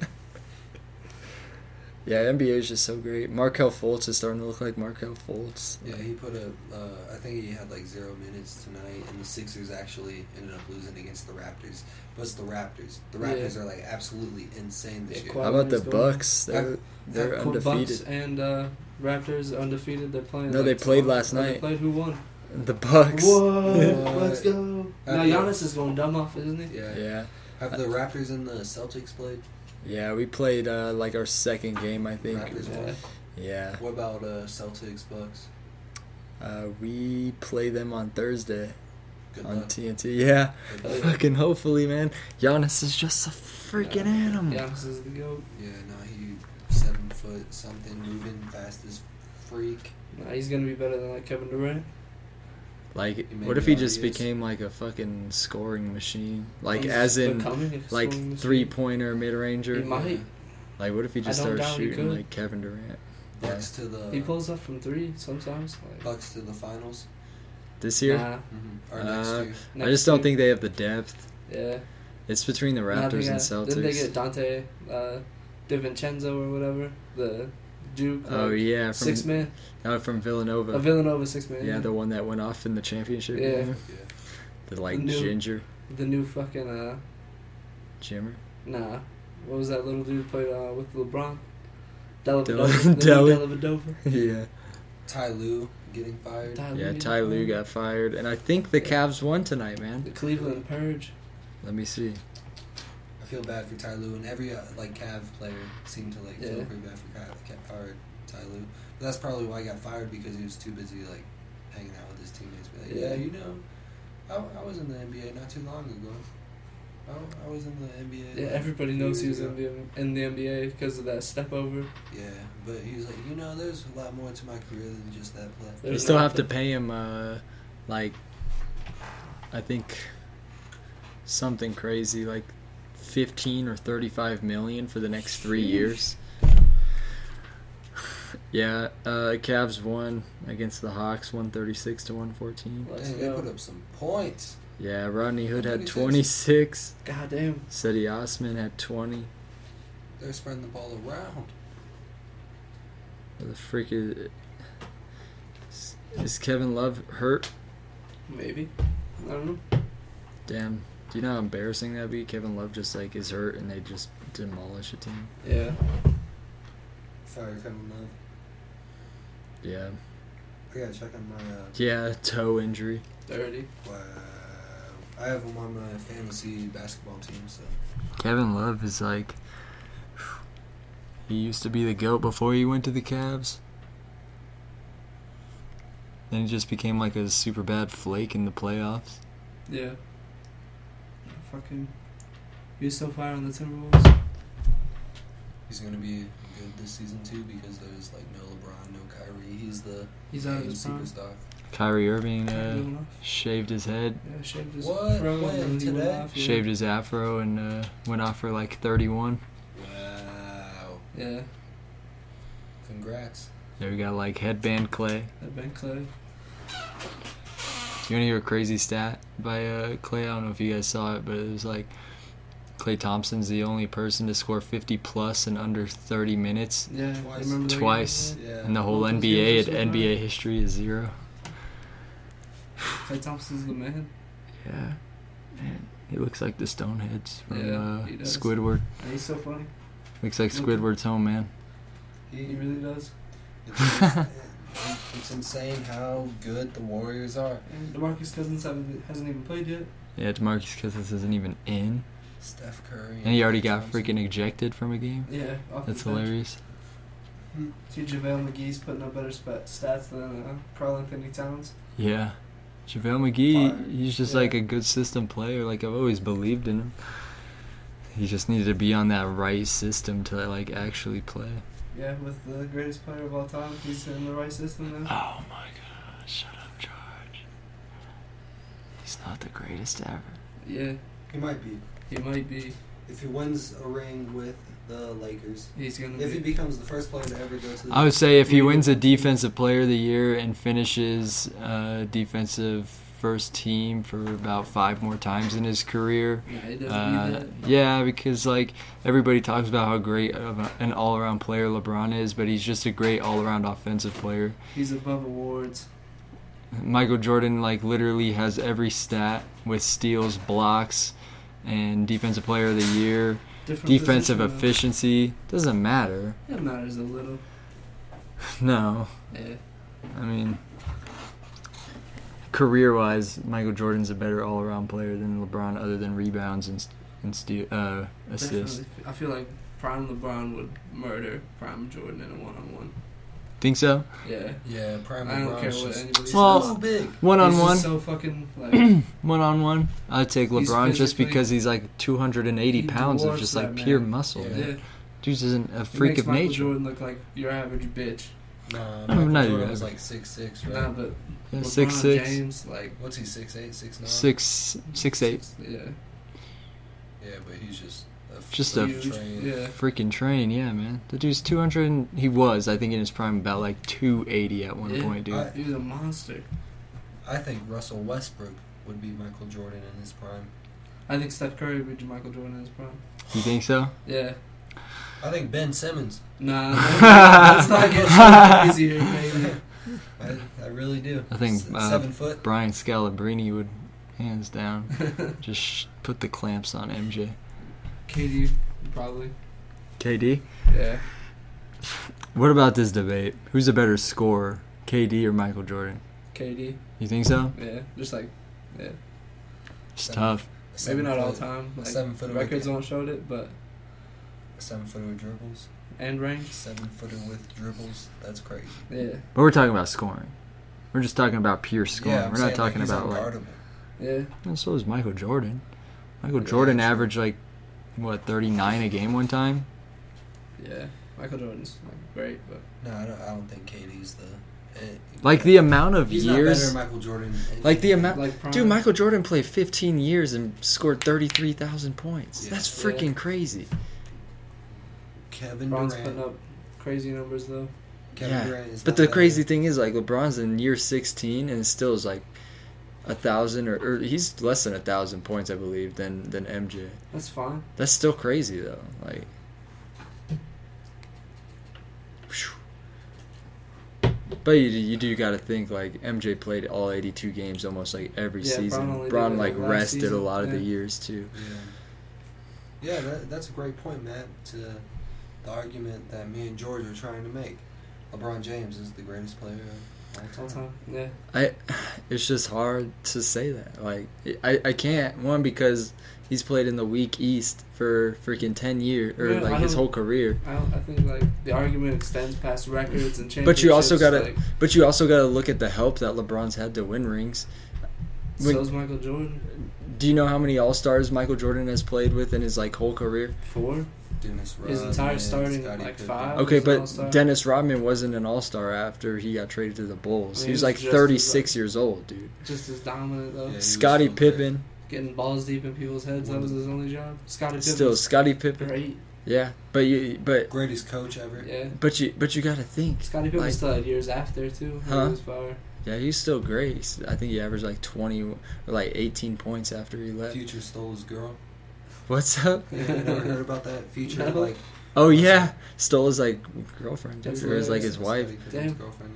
[SPEAKER 3] Yeah, NBA is just so great. Markel Fultz is starting to look like Markel Fultz.
[SPEAKER 2] yeah. He put up. Uh, I think he had like zero minutes tonight, and the Sixers actually ended up losing against the Raptors. But it's the Raptors. The Raptors
[SPEAKER 1] Yeah.
[SPEAKER 2] are like absolutely insane this
[SPEAKER 1] Yeah,
[SPEAKER 2] year.
[SPEAKER 1] quite-
[SPEAKER 3] How about the
[SPEAKER 1] Kawhi's going-
[SPEAKER 3] Bucks? They're
[SPEAKER 2] Have-
[SPEAKER 3] they're
[SPEAKER 1] Cool, Bucks
[SPEAKER 3] undefeated.
[SPEAKER 1] and uh, Raptors undefeated. They're playing.
[SPEAKER 3] No,
[SPEAKER 1] like,
[SPEAKER 3] they played
[SPEAKER 1] tomorrow.
[SPEAKER 3] last
[SPEAKER 1] Oh, they
[SPEAKER 3] night.
[SPEAKER 1] played who won?
[SPEAKER 3] The Bucks.
[SPEAKER 1] Whoa,
[SPEAKER 2] Uh,
[SPEAKER 1] let's go.
[SPEAKER 2] I
[SPEAKER 1] Now
[SPEAKER 2] don't know.
[SPEAKER 1] Giannis is going dumb off, isn't he?
[SPEAKER 2] Yeah.
[SPEAKER 3] Yeah,
[SPEAKER 2] Have the Raptors and the Celtics played?
[SPEAKER 3] yeah. We played uh, like our second game, I think.
[SPEAKER 2] Raptors
[SPEAKER 1] Yeah.
[SPEAKER 2] won.
[SPEAKER 3] Yeah,
[SPEAKER 2] What about uh, Celtics Bucks?
[SPEAKER 3] uh, we play them on Thursday
[SPEAKER 2] Good
[SPEAKER 3] on
[SPEAKER 2] luck.
[SPEAKER 3] TNT. Yeah,
[SPEAKER 2] Good
[SPEAKER 1] Oh,
[SPEAKER 2] luck.
[SPEAKER 3] fucking hopefully, man. Giannis is just a freaking animal.
[SPEAKER 1] Giannis is the goat.
[SPEAKER 2] Yeah, no, he seven foot something, moving fast as freak.
[SPEAKER 1] Nah, he's gonna be better than like Kevin Durant.
[SPEAKER 3] Like,
[SPEAKER 2] He may
[SPEAKER 3] what
[SPEAKER 2] be
[SPEAKER 3] if he
[SPEAKER 2] on
[SPEAKER 3] just
[SPEAKER 2] the is.
[SPEAKER 3] becoming like a fucking scoring machine? Like,
[SPEAKER 1] He's
[SPEAKER 3] as in.
[SPEAKER 1] becoming a scoring
[SPEAKER 3] like
[SPEAKER 1] machine.
[SPEAKER 3] three pointer mid
[SPEAKER 1] He
[SPEAKER 3] ranger.
[SPEAKER 2] might-
[SPEAKER 1] might.
[SPEAKER 3] Like what if he
[SPEAKER 1] I
[SPEAKER 3] just
[SPEAKER 1] don't
[SPEAKER 3] starts
[SPEAKER 1] doubt he
[SPEAKER 3] shooting
[SPEAKER 1] could.
[SPEAKER 3] like Kevin Durant?
[SPEAKER 2] Bucks to the
[SPEAKER 1] He pulls up from three sometimes. Like,
[SPEAKER 2] Bucks to the finals.
[SPEAKER 3] Uh, This year?
[SPEAKER 1] Nah,
[SPEAKER 2] Or next
[SPEAKER 3] Uh,
[SPEAKER 2] year.
[SPEAKER 3] I just don't think they have the depth.
[SPEAKER 1] they. Yeah.
[SPEAKER 3] It's between the
[SPEAKER 1] Nah, they
[SPEAKER 3] Raptors and
[SPEAKER 1] got- Didn't they
[SPEAKER 3] Celtics.
[SPEAKER 1] get Dante, uh, DiVincenzo or whatever? The Duke.
[SPEAKER 3] Oh
[SPEAKER 1] like,
[SPEAKER 3] yeah, from
[SPEAKER 1] Six man.
[SPEAKER 3] uh, from
[SPEAKER 1] A
[SPEAKER 3] Villanova.
[SPEAKER 1] Oh, Villanova six man.
[SPEAKER 3] yeah, the one that went off in the championship
[SPEAKER 1] Yeah.
[SPEAKER 3] game.
[SPEAKER 2] Yeah.
[SPEAKER 3] The like
[SPEAKER 1] The new-
[SPEAKER 3] ginger
[SPEAKER 1] the new fucking uh,
[SPEAKER 3] Jimmer.
[SPEAKER 1] Nah. What was that little dude played uh, with LeBron? Della
[SPEAKER 3] Della-
[SPEAKER 1] Vadova.
[SPEAKER 3] Della-
[SPEAKER 1] Della Vadova.
[SPEAKER 3] yeah.
[SPEAKER 2] Ty Lue getting fired.
[SPEAKER 1] Ty
[SPEAKER 3] Yeah,
[SPEAKER 1] Lue
[SPEAKER 3] Ty Lue
[SPEAKER 1] fired.
[SPEAKER 3] got fired and I think the
[SPEAKER 1] Yeah.
[SPEAKER 3] Cavs won tonight, man.
[SPEAKER 1] The Cleveland Purge.
[SPEAKER 3] Let me see.
[SPEAKER 2] I feel bad for Ty Lue, and every uh, like Cav player seemed to like feel
[SPEAKER 1] Yeah.
[SPEAKER 2] pretty bad for Cav, Cav, or Ty Lue. But that's probably why he got fired because he was too busy like hanging out with his teammates. Be like, yeah,
[SPEAKER 1] Yeah.
[SPEAKER 2] you know, I, I was in the NBA not too long ago. I, I was in the NBA.
[SPEAKER 1] Yeah,
[SPEAKER 2] like,
[SPEAKER 1] everybody
[SPEAKER 2] a few
[SPEAKER 1] knows he
[SPEAKER 2] years
[SPEAKER 1] was in
[SPEAKER 2] ago."
[SPEAKER 1] the, in the NBA because of that step over.
[SPEAKER 2] Yeah, but he was like, you know, there's a lot more to my career than just that play.
[SPEAKER 1] There's
[SPEAKER 3] you still
[SPEAKER 1] not
[SPEAKER 3] have to
[SPEAKER 1] the-
[SPEAKER 3] pay him, uh, like, I think something crazy, like 15 or 35 million for the next three years. Yeah, uh, Cavs won against the Hawks, 136 to 114.
[SPEAKER 1] Let's
[SPEAKER 2] Dang, they put
[SPEAKER 1] go.
[SPEAKER 2] up some points.
[SPEAKER 3] Yeah, Rodney Hood had
[SPEAKER 2] 26.
[SPEAKER 3] 26.
[SPEAKER 1] God damn.
[SPEAKER 3] Seti Osman had 20.
[SPEAKER 2] They're spreading the ball around.
[SPEAKER 3] What the freak is. Is Kevin Love hurt?
[SPEAKER 1] Maybe. I don't know.
[SPEAKER 3] Damn. Do you know how embarrassing that'd be? Kevin Love just like is hurt and they just demolish a team.
[SPEAKER 1] Yeah.
[SPEAKER 2] Sorry, Kevin Love.
[SPEAKER 3] Yeah.
[SPEAKER 2] I gotta check on my. Uh,
[SPEAKER 3] Yeah, toe injury.
[SPEAKER 1] Dirty.
[SPEAKER 2] Wow. I have him on my fantasy basketball team, so
[SPEAKER 3] Kevin Love is like he used to be the goat before he went to the Cavs. Then he just became like a super bad flake in the playoffs.
[SPEAKER 1] Yeah. Fucking. He was so fire on the Timberwolves.
[SPEAKER 2] he's gonna be good this season too because there's like no LeBron, no Kyrie. He's the
[SPEAKER 1] He's out of
[SPEAKER 2] main
[SPEAKER 1] his prime.
[SPEAKER 2] superstar.
[SPEAKER 3] Kyrie Irving uh,
[SPEAKER 1] Going off.
[SPEAKER 3] shaved his head,
[SPEAKER 1] Yeah, shaved his
[SPEAKER 2] What?
[SPEAKER 1] fro and
[SPEAKER 2] When?
[SPEAKER 1] then he went
[SPEAKER 2] Today?
[SPEAKER 1] off, yeah.
[SPEAKER 3] shaved his afro, and uh, went off for like 31.
[SPEAKER 2] Wow!
[SPEAKER 1] Yeah.
[SPEAKER 2] Congrats.
[SPEAKER 3] There we got like headband clay.
[SPEAKER 1] That Ben Clay.
[SPEAKER 3] You want to hear a crazy stat by uh, Clay? I don't know if you guys saw it, but it was like Clay Thompson's the only person to score 50 plus in under 30 minutes
[SPEAKER 1] Yeah. you
[SPEAKER 2] Twice.
[SPEAKER 1] Remember that
[SPEAKER 3] twice
[SPEAKER 1] game?
[SPEAKER 2] Yeah.
[SPEAKER 3] in the whole
[SPEAKER 1] Those
[SPEAKER 3] NBA.
[SPEAKER 1] games are so
[SPEAKER 3] And
[SPEAKER 1] hard.
[SPEAKER 3] NBA history is zero.
[SPEAKER 1] Clay Thompson's the man.
[SPEAKER 3] Yeah, man, he looks like the Stonehenge from
[SPEAKER 1] Yeah,
[SPEAKER 3] uh,
[SPEAKER 1] he does.
[SPEAKER 3] Squidward.
[SPEAKER 1] And he's so funny.
[SPEAKER 3] Looks like
[SPEAKER 1] Look at-
[SPEAKER 3] Squidward's home, man.
[SPEAKER 1] He
[SPEAKER 2] He,
[SPEAKER 1] really does.
[SPEAKER 2] it's, it's insane how good the Warriors are.
[SPEAKER 1] And DeMarcus Cousins haven't, hasn't even played yet.
[SPEAKER 3] Yeah, Demarcus Cousins isn't even in,
[SPEAKER 2] Steph Curry.
[SPEAKER 3] and he already got
[SPEAKER 2] Thompson.
[SPEAKER 3] freaking ejected from a game.
[SPEAKER 1] Yeah. Off
[SPEAKER 3] That's
[SPEAKER 1] the bench.
[SPEAKER 3] hilarious.
[SPEAKER 1] See, JaVale McGee's putting up better sp- stats than uh, Carl Anthony Towns.
[SPEAKER 3] Yeah. JaVale McGee,
[SPEAKER 2] Fire.
[SPEAKER 3] he's just
[SPEAKER 1] Yeah.
[SPEAKER 3] like a good system player. Like I've always believed in him. He just needed to be on that right system to like actually play.
[SPEAKER 1] Yeah, with the greatest player of all time. He's in the right system now.
[SPEAKER 3] Oh my god, shut up, George. He's not the greatest ever.
[SPEAKER 1] Yeah,
[SPEAKER 2] He might be
[SPEAKER 1] he might be.
[SPEAKER 2] if he wins a ring with the Lakers.
[SPEAKER 1] He's gonna
[SPEAKER 2] If he
[SPEAKER 1] be.
[SPEAKER 2] becomes the first player to ever go to the
[SPEAKER 3] I would say if he
[SPEAKER 1] Yeah.
[SPEAKER 3] wins a defensive player of the year and finishes uh, defensive first team for about five more times in his career,
[SPEAKER 1] Nah, he doesn't need
[SPEAKER 3] Uh,
[SPEAKER 1] that.
[SPEAKER 3] yeah, because like everybody talks about how great of a- an all-around player LeBron is, but he's just a great all-around offensive player.
[SPEAKER 1] He's above awards.
[SPEAKER 3] Michael Jordan like literally has every stat with steals, blocks, and defensive player of the year,
[SPEAKER 1] Different
[SPEAKER 3] defensive
[SPEAKER 1] position, though.
[SPEAKER 3] efficiency. Doesn't matter.
[SPEAKER 1] It matters a little.
[SPEAKER 3] No,
[SPEAKER 1] Yeah.
[SPEAKER 3] I mean career-wise, Michael Jordan's a better all-around player than LeBron, other than rebounds and st- and steal uh, assists.
[SPEAKER 1] Definitely. I feel like prime LeBron would murder prime Jordan in a one-on-one.
[SPEAKER 3] Think so?
[SPEAKER 1] Yeah.
[SPEAKER 2] Yeah, Prime
[SPEAKER 1] I don't
[SPEAKER 2] LeBron's
[SPEAKER 1] care what
[SPEAKER 2] just
[SPEAKER 1] anybody
[SPEAKER 3] Well,
[SPEAKER 1] says.
[SPEAKER 2] so big.
[SPEAKER 3] One on
[SPEAKER 1] He's just
[SPEAKER 3] one.
[SPEAKER 1] So fucking like
[SPEAKER 3] One on one, I'd take
[SPEAKER 1] He's
[SPEAKER 3] LeBron just
[SPEAKER 1] physically-
[SPEAKER 3] because he's like 280
[SPEAKER 1] He
[SPEAKER 3] pounds of
[SPEAKER 1] dwarfs
[SPEAKER 3] just
[SPEAKER 1] that
[SPEAKER 3] like pure
[SPEAKER 1] man.
[SPEAKER 3] muscle.
[SPEAKER 2] Yeah.
[SPEAKER 3] man.
[SPEAKER 1] yeah.
[SPEAKER 3] Dude isn't a
[SPEAKER 1] He
[SPEAKER 3] freak
[SPEAKER 1] makes
[SPEAKER 3] of
[SPEAKER 1] Michael
[SPEAKER 3] nature.
[SPEAKER 1] Jordan look like your average bitch.
[SPEAKER 2] Nah,
[SPEAKER 3] I'm
[SPEAKER 2] Michael
[SPEAKER 3] not
[SPEAKER 2] Jordan
[SPEAKER 3] even-
[SPEAKER 2] was like six six, right?
[SPEAKER 1] Nah, but
[SPEAKER 3] Yeah,
[SPEAKER 1] LeBron
[SPEAKER 3] six six,
[SPEAKER 1] James uh, like
[SPEAKER 2] What's he six eight six nine?
[SPEAKER 3] six six eight.
[SPEAKER 1] Yeah.
[SPEAKER 2] Yeah, but he's just a f-
[SPEAKER 3] Just
[SPEAKER 2] like
[SPEAKER 3] a-
[SPEAKER 1] Huge.
[SPEAKER 2] train.
[SPEAKER 1] Yeah.
[SPEAKER 3] Freaking train, yeah, man. The dude's 200. and- He was, I think, in his prime, about like 280 at one
[SPEAKER 1] Yeah.
[SPEAKER 3] point, dude.
[SPEAKER 2] I-
[SPEAKER 1] He was a monster.
[SPEAKER 2] I think Russell Westbrook would be Michael Jordan in his prime.
[SPEAKER 1] I think Steph Curry would be Michael Jordan in his prime.
[SPEAKER 3] You think so?
[SPEAKER 1] Yeah.
[SPEAKER 2] I think Ben Simmons.
[SPEAKER 1] Nah, let's not get so crazy here, baby.
[SPEAKER 2] I, I really do.
[SPEAKER 3] I think,
[SPEAKER 2] S-
[SPEAKER 3] uh,
[SPEAKER 2] seven foot.
[SPEAKER 3] Brian Scalabrine would, hands down, just sh- put the clamps on MJ.
[SPEAKER 1] KD, probably.
[SPEAKER 3] KD?
[SPEAKER 1] Yeah.
[SPEAKER 3] What about this debate? Who's a better scorer, KD or Michael Jordan?
[SPEAKER 1] KD.
[SPEAKER 3] You think so?
[SPEAKER 1] Yeah. Just like, yeah.
[SPEAKER 3] It's tough.
[SPEAKER 1] Maybe
[SPEAKER 2] seven
[SPEAKER 1] not all
[SPEAKER 2] foot-
[SPEAKER 1] time.
[SPEAKER 2] a
[SPEAKER 1] Like,
[SPEAKER 2] seven footer
[SPEAKER 1] records
[SPEAKER 2] with,
[SPEAKER 1] won't show it, but
[SPEAKER 2] seven footer with dribbles,
[SPEAKER 1] and range.
[SPEAKER 2] seven footer with dribbles. That's crazy.
[SPEAKER 1] Yeah,
[SPEAKER 3] But we're talking about scoring. We're just talking about pure scoring.
[SPEAKER 2] I'm
[SPEAKER 3] we're
[SPEAKER 2] saying,
[SPEAKER 3] not talking
[SPEAKER 2] like, he's
[SPEAKER 3] about like.
[SPEAKER 2] unguardable.
[SPEAKER 1] yeah.
[SPEAKER 3] Well, so is Michael Jordan. Michael
[SPEAKER 2] Yeah,
[SPEAKER 3] Jordan
[SPEAKER 2] that's true.
[SPEAKER 3] averaged like what 39 a game one time.
[SPEAKER 1] Yeah, Michael Jordan's like, great, but
[SPEAKER 2] No, I don't, I don't think KD's the. eh,
[SPEAKER 3] Like the amount of
[SPEAKER 2] he's not better
[SPEAKER 3] years.
[SPEAKER 2] than Michael Jordan.
[SPEAKER 3] Like the amount.
[SPEAKER 1] like prime,
[SPEAKER 3] Dude, Michael Jordan played 15 years and scored 33,000 points.
[SPEAKER 2] Yeah.
[SPEAKER 3] That's
[SPEAKER 1] Yeah.
[SPEAKER 3] freaking crazy.
[SPEAKER 2] Kevin
[SPEAKER 1] LeBron's
[SPEAKER 2] Durant.
[SPEAKER 1] putting up crazy numbers though.
[SPEAKER 2] Kevin
[SPEAKER 3] Yeah.
[SPEAKER 2] Durant is.
[SPEAKER 3] But
[SPEAKER 2] not
[SPEAKER 3] the
[SPEAKER 2] that
[SPEAKER 3] crazy
[SPEAKER 2] good.
[SPEAKER 3] thing is, like, LeBron's in year 16 and still is like a thousand or, or he's less than a thousand points, I believe, than than MJ.
[SPEAKER 1] That's fine.
[SPEAKER 3] That's still crazy though. Like, phew. but you you do got to think like MJ played all 82 games almost like every
[SPEAKER 1] Yeah, Bron
[SPEAKER 3] season.
[SPEAKER 1] only
[SPEAKER 3] Bron,
[SPEAKER 1] did it
[SPEAKER 3] like
[SPEAKER 1] last
[SPEAKER 3] rested a
[SPEAKER 1] season,
[SPEAKER 3] lot of the
[SPEAKER 1] yeah.
[SPEAKER 3] years too.
[SPEAKER 2] Yeah, yeah that, that's a great point, Matt, to the argument that me and George are trying to make. LeBron James is the greatest player of all
[SPEAKER 1] All
[SPEAKER 2] time.
[SPEAKER 1] time. Yeah.
[SPEAKER 3] I it's just hard to say that. Like I, I can't one because he's played in the weak East for freaking 10 years or
[SPEAKER 1] Yeah,
[SPEAKER 3] like
[SPEAKER 1] I
[SPEAKER 3] his
[SPEAKER 1] don't-
[SPEAKER 3] whole career.
[SPEAKER 1] I, don't, I think like the argument extends past records and championships.
[SPEAKER 3] But you also gotta-
[SPEAKER 1] Like,
[SPEAKER 3] But you also got to look at the help that LeBron's had to win rings. When-
[SPEAKER 1] so's Michael Jordan.
[SPEAKER 3] do you know how many All Stars Michael Jordan has played with in his like whole career?
[SPEAKER 1] Four.
[SPEAKER 2] Dennis
[SPEAKER 1] His
[SPEAKER 2] Rodman,
[SPEAKER 1] entire starting,
[SPEAKER 2] Scottie
[SPEAKER 1] like,
[SPEAKER 2] Pippen.
[SPEAKER 1] five.
[SPEAKER 3] Okay,
[SPEAKER 1] was an
[SPEAKER 3] but
[SPEAKER 1] All-Star.
[SPEAKER 3] Dennis Rodman wasn't an All Star after he got traded to the Bulls.
[SPEAKER 1] Yeah,
[SPEAKER 3] he
[SPEAKER 1] he
[SPEAKER 3] was
[SPEAKER 1] was
[SPEAKER 3] like
[SPEAKER 1] just as
[SPEAKER 3] 36 years old, dude.
[SPEAKER 1] Just as dominant though.
[SPEAKER 2] Yeah, he was
[SPEAKER 3] Scottie
[SPEAKER 2] so good.
[SPEAKER 3] Pippen,
[SPEAKER 1] Getting balls deep in people's heads. That was his only job. Scotty
[SPEAKER 3] still Scottie Pippen.
[SPEAKER 1] great.
[SPEAKER 3] Yeah, but you but
[SPEAKER 2] Greatest coach ever.
[SPEAKER 1] Yeah.
[SPEAKER 3] but you but you got to think.
[SPEAKER 1] Scotty Pippen
[SPEAKER 3] Like-
[SPEAKER 1] still had years after too. He
[SPEAKER 3] Huh?
[SPEAKER 1] was fire.
[SPEAKER 3] Yeah, he's still great. He's- I think he averaged like 20 or like 18 points after he left.
[SPEAKER 2] Future stole his girl.
[SPEAKER 3] What's up?
[SPEAKER 2] Yeah, you never heard about that. Future
[SPEAKER 1] No.
[SPEAKER 2] like
[SPEAKER 3] Oh yeah, stole his like girlfriend dude,
[SPEAKER 1] That's
[SPEAKER 3] or his like his
[SPEAKER 2] Scottie
[SPEAKER 3] wife.
[SPEAKER 2] Pippen's
[SPEAKER 1] Damn.
[SPEAKER 2] girlfriend,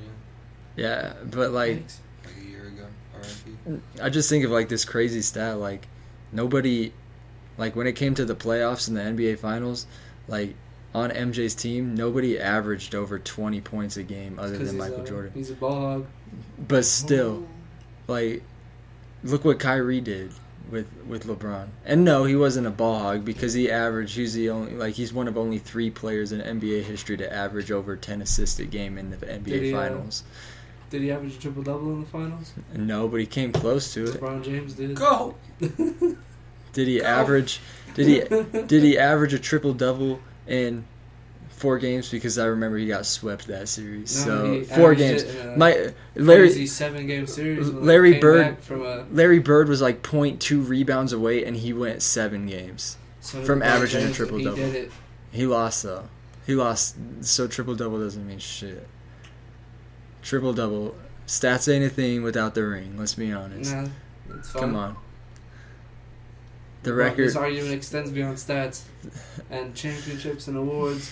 [SPEAKER 2] yeah,
[SPEAKER 3] Yeah, but like
[SPEAKER 1] Thanks.
[SPEAKER 2] like a year ago. R.I.P.
[SPEAKER 3] I just think of like this crazy stat like nobody like when it came to the playoffs and the NBA finals like on MJ's team nobody averaged over 20 points a game other
[SPEAKER 1] 'Cause
[SPEAKER 3] than
[SPEAKER 1] he's
[SPEAKER 3] Michael
[SPEAKER 1] a-
[SPEAKER 3] Jordan
[SPEAKER 1] He's a ball hog.
[SPEAKER 3] but still like look what Kyrie did with with LeBron and no he wasn't a ball hog because he averaged he's the only like he's one of only 3 players in NBA history to average over 10 assists a game in the NBA
[SPEAKER 1] Did he, uh,
[SPEAKER 3] finals
[SPEAKER 1] Did he average a triple double in the finals?
[SPEAKER 3] no but he came close to it
[SPEAKER 1] LeBron James did.
[SPEAKER 2] Go.
[SPEAKER 3] did he
[SPEAKER 2] Go.
[SPEAKER 3] average did he Did he average a triple double in four games? Because I remember he got swept that series. so
[SPEAKER 1] he
[SPEAKER 3] four
[SPEAKER 1] averaged
[SPEAKER 3] games.
[SPEAKER 1] it in a
[SPEAKER 3] My
[SPEAKER 1] crazy
[SPEAKER 3] Larry
[SPEAKER 1] seven game series. when they
[SPEAKER 3] Larry
[SPEAKER 1] came
[SPEAKER 3] Bird-
[SPEAKER 1] back from a
[SPEAKER 3] Larry Bird was like 0.2 rebounds away, and he went seven games.
[SPEAKER 1] so did
[SPEAKER 3] From
[SPEAKER 1] LeBron
[SPEAKER 3] averaging a
[SPEAKER 1] James, and
[SPEAKER 3] triple-double.
[SPEAKER 1] He did it.
[SPEAKER 3] He lost though. He lost. So triple double doesn't mean shit. Triple double stats ain't a thing without the ring. Let's be honest.
[SPEAKER 1] Nah, it's fine.
[SPEAKER 3] Come on. The
[SPEAKER 1] Well,
[SPEAKER 3] record.
[SPEAKER 1] This argument extends beyond stats and championships and awards.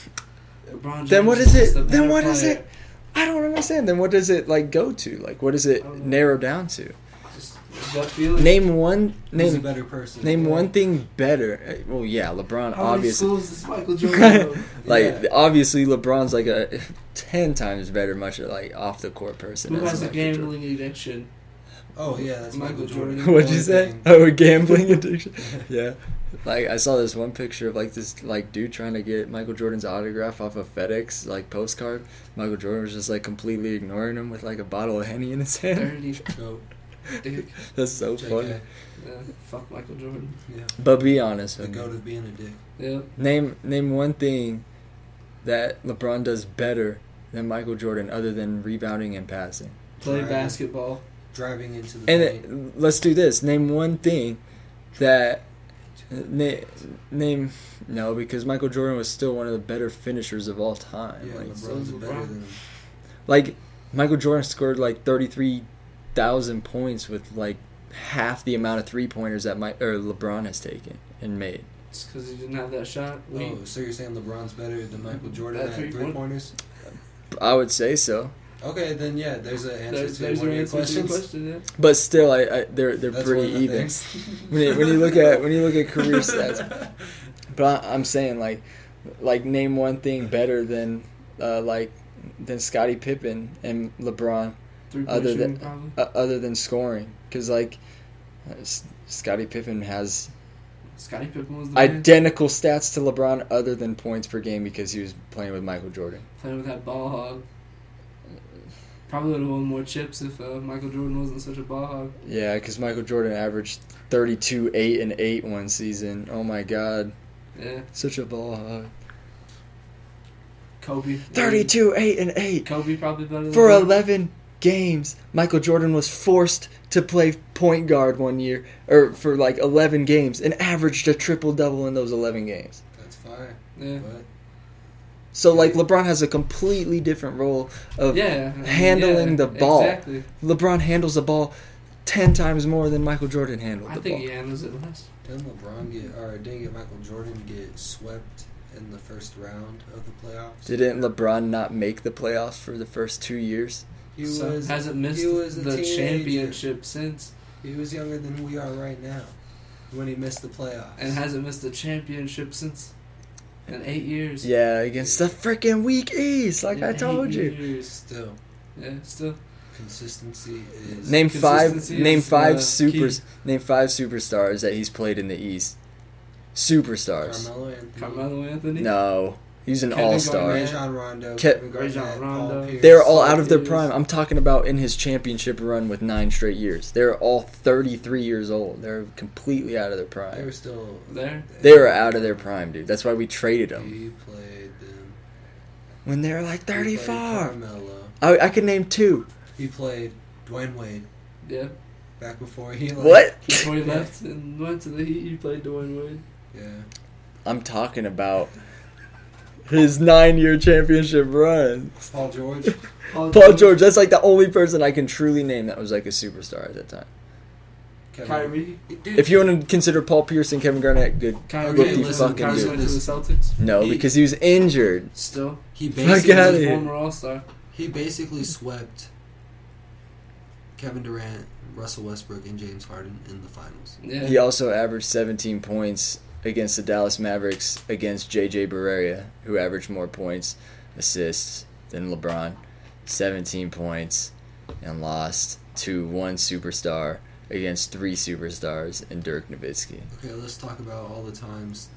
[SPEAKER 1] LeBron James
[SPEAKER 3] Then what is it?
[SPEAKER 1] the
[SPEAKER 3] Then
[SPEAKER 1] better
[SPEAKER 3] what is
[SPEAKER 1] player.
[SPEAKER 3] it? I don't understand. Then what does it like go to? Like what does it
[SPEAKER 1] I don't know.
[SPEAKER 3] narrow down to?
[SPEAKER 1] Just gut feeling.
[SPEAKER 3] Name one
[SPEAKER 2] He's a
[SPEAKER 3] name
[SPEAKER 2] better person.
[SPEAKER 3] name one thing better. Uh, Well, yeah, LeBron
[SPEAKER 1] How many
[SPEAKER 3] obviously.
[SPEAKER 1] schools does Michael Jordan go?
[SPEAKER 3] Like
[SPEAKER 2] Yeah.
[SPEAKER 3] obviously LeBron's like a 10 times better much like off the court person.
[SPEAKER 1] Who
[SPEAKER 3] as
[SPEAKER 1] has a
[SPEAKER 3] Michael
[SPEAKER 1] gambling addiction?
[SPEAKER 2] Oh yeah, that's Michael,
[SPEAKER 1] Michael Jordan.
[SPEAKER 2] Jordan.
[SPEAKER 3] Jordan. What'd you
[SPEAKER 2] Only
[SPEAKER 3] say?
[SPEAKER 2] thing-
[SPEAKER 3] Oh, a gambling addiction. yeah. Like I saw this one picture of like this like dude trying to get Michael Jordan's autograph off a FedEx like postcard. Michael Jordan was just like completely ignoring him with like a bottle of Henny in his hand.
[SPEAKER 1] Dirty
[SPEAKER 3] Oh,
[SPEAKER 2] Go.
[SPEAKER 1] dick.
[SPEAKER 3] That's so
[SPEAKER 2] JK.
[SPEAKER 3] funny.
[SPEAKER 1] Yeah, fuck Michael Jordan.
[SPEAKER 2] Yeah.
[SPEAKER 3] But be honest
[SPEAKER 2] The
[SPEAKER 3] with me.
[SPEAKER 2] goat of being a dick.
[SPEAKER 1] Yeah.
[SPEAKER 3] Name name one thing that LeBron does better than Michael Jordan other than rebounding and passing.
[SPEAKER 1] Play
[SPEAKER 2] Driving-
[SPEAKER 1] basketball.
[SPEAKER 2] Driving into the
[SPEAKER 3] And
[SPEAKER 2] paint.
[SPEAKER 3] it, let's do this. Name one thing that na- name no because Michael Jordan was still one of the better finishers of all time.
[SPEAKER 2] yeah,
[SPEAKER 3] Like,
[SPEAKER 1] so
[SPEAKER 2] LeBron's
[SPEAKER 1] LeBron.
[SPEAKER 2] better than him.
[SPEAKER 3] like Michael Jordan scored like 33,000 points with like half the amount of three-pointers that my or LeBron has taken and made.
[SPEAKER 1] It's because he didn't have that shot. We,
[SPEAKER 2] Oh, so you're saying LeBron's better than Michael Jordan
[SPEAKER 1] That
[SPEAKER 2] at
[SPEAKER 1] three
[SPEAKER 2] three,
[SPEAKER 1] point-
[SPEAKER 2] pointers?
[SPEAKER 3] I would say so.
[SPEAKER 2] Okay, then yeah, there's an answer
[SPEAKER 1] there's
[SPEAKER 2] to
[SPEAKER 1] there's
[SPEAKER 2] one
[SPEAKER 1] your
[SPEAKER 2] of your
[SPEAKER 1] answer to your
[SPEAKER 2] questions.
[SPEAKER 1] question. Yeah.
[SPEAKER 3] But still I, I they're they're
[SPEAKER 2] That's
[SPEAKER 3] pretty
[SPEAKER 2] one of the
[SPEAKER 3] even.
[SPEAKER 2] things.
[SPEAKER 3] when you, when you look at when you look at career stats. But I, I'm saying like like name one thing better than uh, like than Scottie Pippen and LeBron
[SPEAKER 1] Three point
[SPEAKER 3] Other
[SPEAKER 1] shooting
[SPEAKER 3] than-
[SPEAKER 1] problem.
[SPEAKER 3] uh, other than scoring because like uh, S- Scottie Pippen has
[SPEAKER 1] Scottie Pippen was the man
[SPEAKER 3] Identical stats to LeBron, other than points per game, because he was playing with Michael Jordan.
[SPEAKER 1] playing with that ball hog. Probably would have won more chips if uh, Michael Jordan wasn't such a ball hog.
[SPEAKER 3] Yeah, because Michael Jordan averaged 32, 8, and 8 one season. Oh my God.
[SPEAKER 1] Yeah,
[SPEAKER 3] Such a ball hog.
[SPEAKER 1] Kobe.
[SPEAKER 3] 32, 8, and 8
[SPEAKER 1] Kobe probably better than
[SPEAKER 3] for
[SPEAKER 1] him.
[SPEAKER 3] 11 games. Michael Jordan was forced to play point guard one year, or for like 11 games, and averaged a triple double in those 11 games.
[SPEAKER 2] That's fire.
[SPEAKER 1] Yeah.
[SPEAKER 2] But
[SPEAKER 3] So, like, LeBron has a completely different role of
[SPEAKER 1] Yeah, I mean,
[SPEAKER 3] handling
[SPEAKER 1] yeah,
[SPEAKER 3] the ball.
[SPEAKER 1] Exactly.
[SPEAKER 3] LeBron handles the ball 10 times more than Michael Jordan handled
[SPEAKER 1] I
[SPEAKER 3] the
[SPEAKER 1] think
[SPEAKER 3] ball.
[SPEAKER 1] he handles it less.
[SPEAKER 2] didn't LeBron get or didn't get Michael Jordan get swept in the first round of the playoffs?
[SPEAKER 3] Didn't LeBron not make the playoffs for the first two years?
[SPEAKER 2] he
[SPEAKER 1] So,
[SPEAKER 2] was
[SPEAKER 1] hasn't missed
[SPEAKER 2] he was a
[SPEAKER 1] the
[SPEAKER 2] teenager.
[SPEAKER 1] championship since,
[SPEAKER 2] he was younger than we are right now when he missed the playoffs.
[SPEAKER 1] and hasn't missed the championship since in eight years.
[SPEAKER 3] Yeah, against the freaking weak East, like
[SPEAKER 1] In
[SPEAKER 3] I
[SPEAKER 1] eight
[SPEAKER 3] told you.
[SPEAKER 1] years.
[SPEAKER 2] still
[SPEAKER 1] Yeah, still.
[SPEAKER 2] consistency is
[SPEAKER 3] Name five.
[SPEAKER 1] Consistency
[SPEAKER 3] Name
[SPEAKER 1] is,
[SPEAKER 3] five
[SPEAKER 1] uh,
[SPEAKER 3] supers. Name five superstars that he's played in the East. Superstars.
[SPEAKER 2] Carmelo Anthony,
[SPEAKER 1] Carmelo Anthony.
[SPEAKER 3] No, he's an
[SPEAKER 1] Kevin
[SPEAKER 3] all star.
[SPEAKER 1] Garnett.
[SPEAKER 2] Rajon Rondo,
[SPEAKER 3] Ke-
[SPEAKER 2] Kevin Garnett,
[SPEAKER 1] Rajon
[SPEAKER 2] Paul
[SPEAKER 1] Rondo.
[SPEAKER 2] Pierce.
[SPEAKER 3] They're all out of their
[SPEAKER 1] Yes.
[SPEAKER 3] prime. I'm talking about in his championship run with nine straight years. They're all 33 years old. They're completely out of their
[SPEAKER 2] They were
[SPEAKER 3] prime.
[SPEAKER 2] still
[SPEAKER 1] There.
[SPEAKER 3] They were out of their prime, dude. That's why we traded them
[SPEAKER 2] He played them.
[SPEAKER 3] when they were like
[SPEAKER 2] He played
[SPEAKER 3] 34.
[SPEAKER 2] Carmelo.
[SPEAKER 3] I, I could name two.
[SPEAKER 2] He played Dwayne Wade
[SPEAKER 1] Yeah.
[SPEAKER 2] back before he like,
[SPEAKER 3] What?
[SPEAKER 1] Before he left and went to the Heat, he played Dwayne Wade.
[SPEAKER 2] Yeah.
[SPEAKER 3] I'm talking about his nine-year championship run.
[SPEAKER 2] Paul George.
[SPEAKER 3] Paul George, that's like the only person I can truly name that was like a superstar at that time.
[SPEAKER 2] Kevin.
[SPEAKER 1] Kyrie.
[SPEAKER 2] Dude,
[SPEAKER 3] If you want to consider Paul Pierce and Kevin Garnett good,
[SPEAKER 1] Kyrie.
[SPEAKER 3] What
[SPEAKER 2] the
[SPEAKER 1] listen,
[SPEAKER 3] fucking
[SPEAKER 1] Kyrie
[SPEAKER 3] dude.
[SPEAKER 1] went to the Celtics.
[SPEAKER 3] no, because he was injured.
[SPEAKER 1] Still.
[SPEAKER 2] he
[SPEAKER 3] Fuck outta
[SPEAKER 1] He's
[SPEAKER 2] basically
[SPEAKER 1] a
[SPEAKER 3] here.
[SPEAKER 1] former All Star.
[SPEAKER 2] he basically swept Kevin Durant, Russell Westbrook, and James Harden in the finals.
[SPEAKER 1] Yeah.
[SPEAKER 3] He also averaged 17 points against the Dallas Mavericks against JJ Barea, who averaged more points, assists than LeBron. 17 points and lost to one superstar against three superstars and Dirk Nowitzki.
[SPEAKER 2] Okay, let's talk about all the times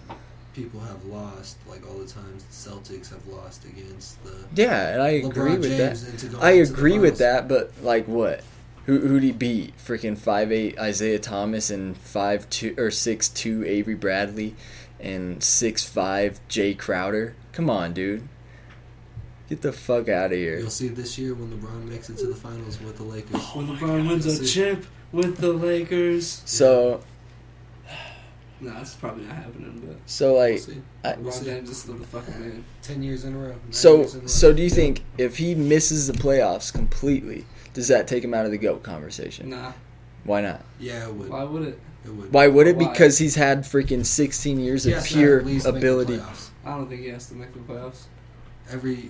[SPEAKER 2] people have lost. Like all the times the Celtics have lost against the
[SPEAKER 3] Yeah, and I agree
[SPEAKER 2] LeBron
[SPEAKER 3] with that.
[SPEAKER 2] James. and to go
[SPEAKER 3] I
[SPEAKER 2] on to the
[SPEAKER 3] agree with
[SPEAKER 2] finals.
[SPEAKER 3] that, but like what? Who who'd he beat? Freaking five eight Isaiah Thomas and five two or six two Avery Bradley and six five Jay Crowder. Come on, dude. Get the fuck out of here.
[SPEAKER 2] You'll see this year when LeBron makes it to the finals with the Lakers.
[SPEAKER 1] When LeBron wins a
[SPEAKER 2] Oh That's it.
[SPEAKER 1] chip with the Lakers.
[SPEAKER 3] So
[SPEAKER 1] No, that's probably not happening, but.
[SPEAKER 3] so
[SPEAKER 2] We'll
[SPEAKER 3] like
[SPEAKER 2] see.
[SPEAKER 3] I-
[SPEAKER 1] LeBron
[SPEAKER 2] We'll see.
[SPEAKER 1] James is still the fucking man.
[SPEAKER 2] Ten years in a row. nine
[SPEAKER 3] so
[SPEAKER 2] years in a row.
[SPEAKER 3] so do you think if he misses the playoffs completely, does that take him out of the GOAT conversation?
[SPEAKER 1] Nah,
[SPEAKER 3] Why not?
[SPEAKER 2] Yeah, it would.
[SPEAKER 1] why would it?
[SPEAKER 2] It would.
[SPEAKER 3] Why would it?
[SPEAKER 1] Why?
[SPEAKER 3] Because he's had freaking 16 years
[SPEAKER 2] He
[SPEAKER 3] of
[SPEAKER 2] has to
[SPEAKER 3] pure
[SPEAKER 2] at least make the
[SPEAKER 3] ability.
[SPEAKER 2] playoffs.
[SPEAKER 1] I don't think he has to make the playoffs.
[SPEAKER 2] Every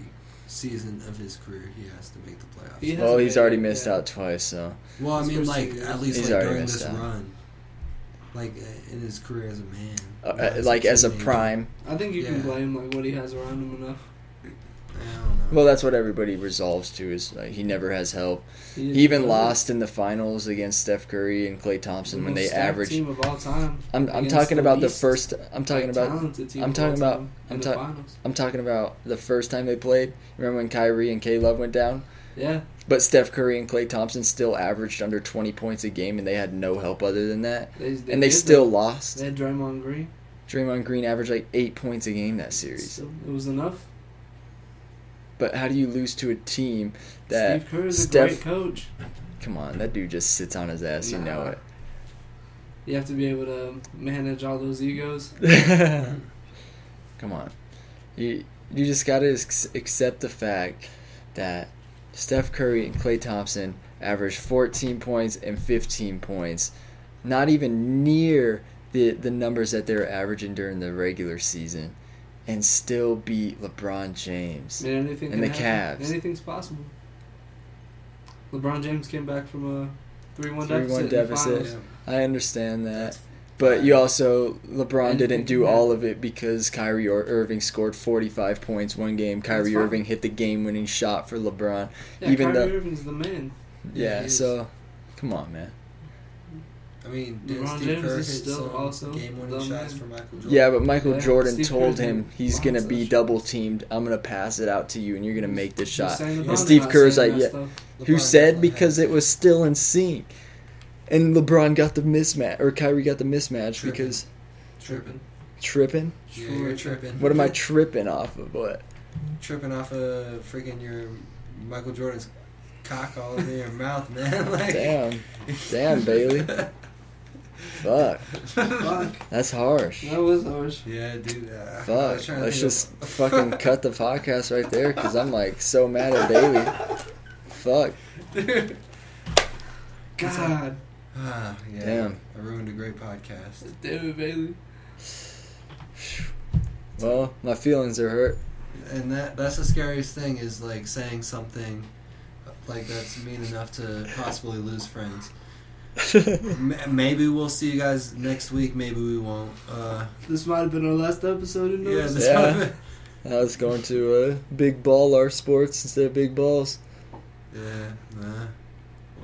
[SPEAKER 2] season of his career, he has to make the playoffs.
[SPEAKER 1] He has-
[SPEAKER 3] Well, Oh, he's
[SPEAKER 1] made it,
[SPEAKER 3] already missed
[SPEAKER 1] yeah.
[SPEAKER 3] out twice, so
[SPEAKER 2] Well, I
[SPEAKER 1] His
[SPEAKER 2] mean,
[SPEAKER 1] first
[SPEAKER 2] like
[SPEAKER 1] two
[SPEAKER 2] at least
[SPEAKER 3] He's
[SPEAKER 2] like
[SPEAKER 3] already
[SPEAKER 2] during
[SPEAKER 3] missed
[SPEAKER 2] this
[SPEAKER 3] out.
[SPEAKER 2] run, like uh, in his career as a man,
[SPEAKER 3] uh, uh,
[SPEAKER 2] Not
[SPEAKER 3] like as a
[SPEAKER 2] teenager.
[SPEAKER 3] prime
[SPEAKER 1] I think you can
[SPEAKER 2] Yeah.
[SPEAKER 1] blame like what he has around him enough.
[SPEAKER 2] I don't know.
[SPEAKER 3] Well, that's what everybody resolves to is like he never has help.
[SPEAKER 1] He,
[SPEAKER 3] He even lost in the finals against Steph Curry and Klay Thompson when they averaged.
[SPEAKER 1] team of all time.
[SPEAKER 3] I'm I'm
[SPEAKER 1] against
[SPEAKER 3] talking about the
[SPEAKER 1] least,
[SPEAKER 3] first. I'm talking
[SPEAKER 1] like,
[SPEAKER 3] about.
[SPEAKER 1] talented team
[SPEAKER 3] I'm
[SPEAKER 1] of
[SPEAKER 3] talking
[SPEAKER 1] all
[SPEAKER 3] about-
[SPEAKER 1] time in
[SPEAKER 3] I'm
[SPEAKER 1] the
[SPEAKER 3] ta-
[SPEAKER 1] finals.
[SPEAKER 3] I'm talking about the first time they played. Remember when Kyrie and K Love went down?
[SPEAKER 1] Yeah,
[SPEAKER 3] But Steph Curry and Klay Thompson still averaged under 20 points a game, and they had no help other than that,
[SPEAKER 1] they, they
[SPEAKER 3] and they
[SPEAKER 1] did
[SPEAKER 3] still
[SPEAKER 1] that.
[SPEAKER 3] lost.
[SPEAKER 1] They had Draymond Green.
[SPEAKER 3] Draymond Green averaged like eight points a game that series.
[SPEAKER 1] Still, it was enough.
[SPEAKER 3] But how do you lose to a team that?
[SPEAKER 1] Steve Kerr's a
[SPEAKER 3] Steph-
[SPEAKER 1] great coach.
[SPEAKER 3] Come on, that dude just sits on his ass. You
[SPEAKER 1] Nah.
[SPEAKER 3] know
[SPEAKER 1] You have to be able to manage all those egos.
[SPEAKER 3] it. Come on. You you just got to accept the fact that Steph Curry and Klay Thompson averaged 14 points and 15 points, not even near the the numbers that they were averaging during the regular season, and still beat LeBron James.
[SPEAKER 1] Man, anything
[SPEAKER 3] And
[SPEAKER 1] can
[SPEAKER 3] the
[SPEAKER 1] happen.
[SPEAKER 3] Cavs.
[SPEAKER 1] Anything's possible. LeBron James came back from a three-one
[SPEAKER 3] 3-1
[SPEAKER 1] deficit. in the
[SPEAKER 3] deficit.
[SPEAKER 1] finals.
[SPEAKER 2] Yeah.
[SPEAKER 3] I understand that.
[SPEAKER 2] That's-
[SPEAKER 3] But you also LeBron
[SPEAKER 1] And-
[SPEAKER 3] didn't do all of it because Kyrie or Irving scored 45 points one game. Kyrie
[SPEAKER 1] fine.
[SPEAKER 3] Irving hit the game-winning shot for LeBron.
[SPEAKER 1] Yeah,
[SPEAKER 3] even
[SPEAKER 1] Kyrie
[SPEAKER 3] though-
[SPEAKER 1] Irving's the man.
[SPEAKER 2] Yeah,
[SPEAKER 3] Yeah,
[SPEAKER 2] he is.
[SPEAKER 3] so come on, man.
[SPEAKER 2] I mean, did
[SPEAKER 1] LeBron
[SPEAKER 2] Steve
[SPEAKER 1] James
[SPEAKER 2] Kerr hit
[SPEAKER 1] is still
[SPEAKER 2] some
[SPEAKER 1] also
[SPEAKER 2] game-winning
[SPEAKER 1] the
[SPEAKER 2] shots
[SPEAKER 1] man.
[SPEAKER 2] for Michael Jordan?
[SPEAKER 3] Yeah, but Michael
[SPEAKER 1] Yeah,
[SPEAKER 3] Jordan
[SPEAKER 1] Steve
[SPEAKER 3] told
[SPEAKER 1] Kerr
[SPEAKER 3] him
[SPEAKER 1] did
[SPEAKER 3] he's
[SPEAKER 1] lots
[SPEAKER 3] gonna
[SPEAKER 1] of
[SPEAKER 3] be
[SPEAKER 1] shots.
[SPEAKER 3] double teamed. I'm gonna pass it out to you, and you're gonna make this shot.
[SPEAKER 1] Saying
[SPEAKER 2] And
[SPEAKER 1] LeBron's
[SPEAKER 3] Steve
[SPEAKER 1] not
[SPEAKER 3] Kerr's
[SPEAKER 1] saying
[SPEAKER 3] like,
[SPEAKER 1] that
[SPEAKER 3] yeah.
[SPEAKER 1] stuff.
[SPEAKER 3] Who
[SPEAKER 2] LeBron
[SPEAKER 3] said
[SPEAKER 2] definitely
[SPEAKER 3] because
[SPEAKER 2] had
[SPEAKER 3] it was still in sync, and LeBron got the mismatch or Kyrie got the mismatch
[SPEAKER 2] Tripping.
[SPEAKER 3] because
[SPEAKER 2] tripping.
[SPEAKER 3] tripping.
[SPEAKER 2] Yeah, you're tripping.
[SPEAKER 3] What am I tripping off of? What?
[SPEAKER 2] tripping off of freaking your Michael Jordan's cock all over your mouth, man? Like,
[SPEAKER 3] Damn, damn, Bailey. Fuck,
[SPEAKER 1] Fuck,
[SPEAKER 3] that's harsh.
[SPEAKER 1] that was harsh.
[SPEAKER 2] Yeah, dude. Uh, I was
[SPEAKER 3] Fuck.
[SPEAKER 2] trying to
[SPEAKER 3] Let's
[SPEAKER 2] think
[SPEAKER 3] just
[SPEAKER 2] of-
[SPEAKER 3] fucking cut the podcast right there because I'm like so mad at Bailey. Fuck.
[SPEAKER 2] Dude.
[SPEAKER 1] God,
[SPEAKER 2] Ah, yeah.
[SPEAKER 3] Damn.
[SPEAKER 2] I ruined a great podcast.
[SPEAKER 1] David Bailey.
[SPEAKER 3] Well, my feelings are hurt.
[SPEAKER 2] And that that's the scariest thing is like saying something like that's mean enough to possibly lose friends. M- maybe we'll see you guys next week. Maybe we won't. Uh,
[SPEAKER 1] This might have been our last episode. In
[SPEAKER 2] yeah, this
[SPEAKER 3] Yeah.
[SPEAKER 2] one-
[SPEAKER 3] I was going to uh, Big Ball our sports instead of Big Balls.
[SPEAKER 2] yeah. Nah.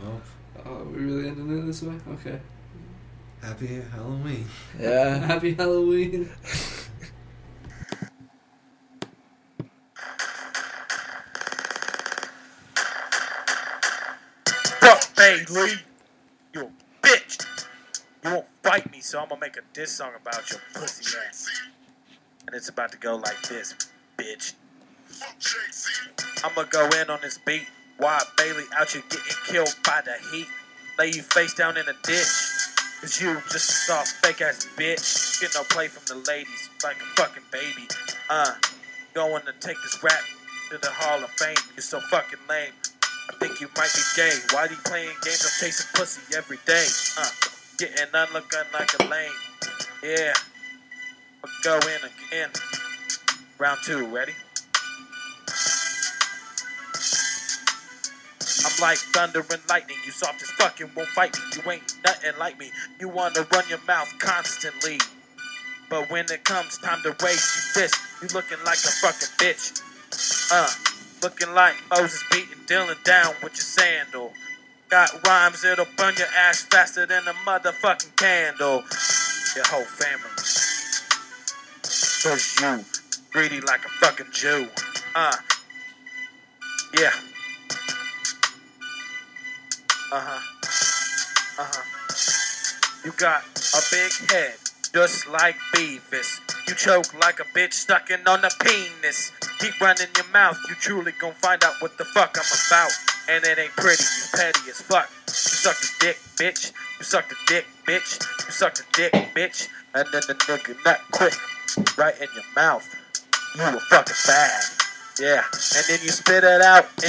[SPEAKER 2] Well,
[SPEAKER 1] Oh, we really ending it this way? Okay.
[SPEAKER 2] happy Halloween.
[SPEAKER 3] Yeah.
[SPEAKER 1] Happy Halloween.
[SPEAKER 4] Fuck Bailey. You a bitch. You won't fight me, so I'm gonna make a diss song about your pussy ass. And it's about to go like this, bitch. I'm gonna go in on this beat. Why Bailey out you getting killed by the heat? Lay you face down in a ditch. Cause you just a soft fake ass bitch. Get no play from the ladies like a fucking baby. Uh, going to take this rap to the Hall of Fame. You're so fucking lame. I think you might be gay. Why you playing games of chasing pussy every day? Uh, getting none looking like a lame. Yeah. But go in again. Round two, ready? I'm like thunder and lightning. You soft as fucking won't fight me. You ain't nothing like me. You wanna run your mouth constantly. But when it comes time to raise you fist, you looking like a fucking bitch. Uh, looking like Moses beating Dylan down with your sandal. Got rhymes that'll burn your ass faster than a motherfucking candle. Your whole family. Cause you greedy like a fucking Jew. Uh, yeah. Uh huh. Uh huh. You got a big head, just like Beavis. You choke like a bitch stuck in on a penis. Keep running your mouth, you truly gon' find out what the fuck I'm about. And it ain't pretty, you petty as fuck. You suck the dick, bitch. You suck the dick, bitch. You suck the dick, bitch. And then the nigga nut quick, right in your mouth. You a fucking fag. Yeah, and then you spit it out.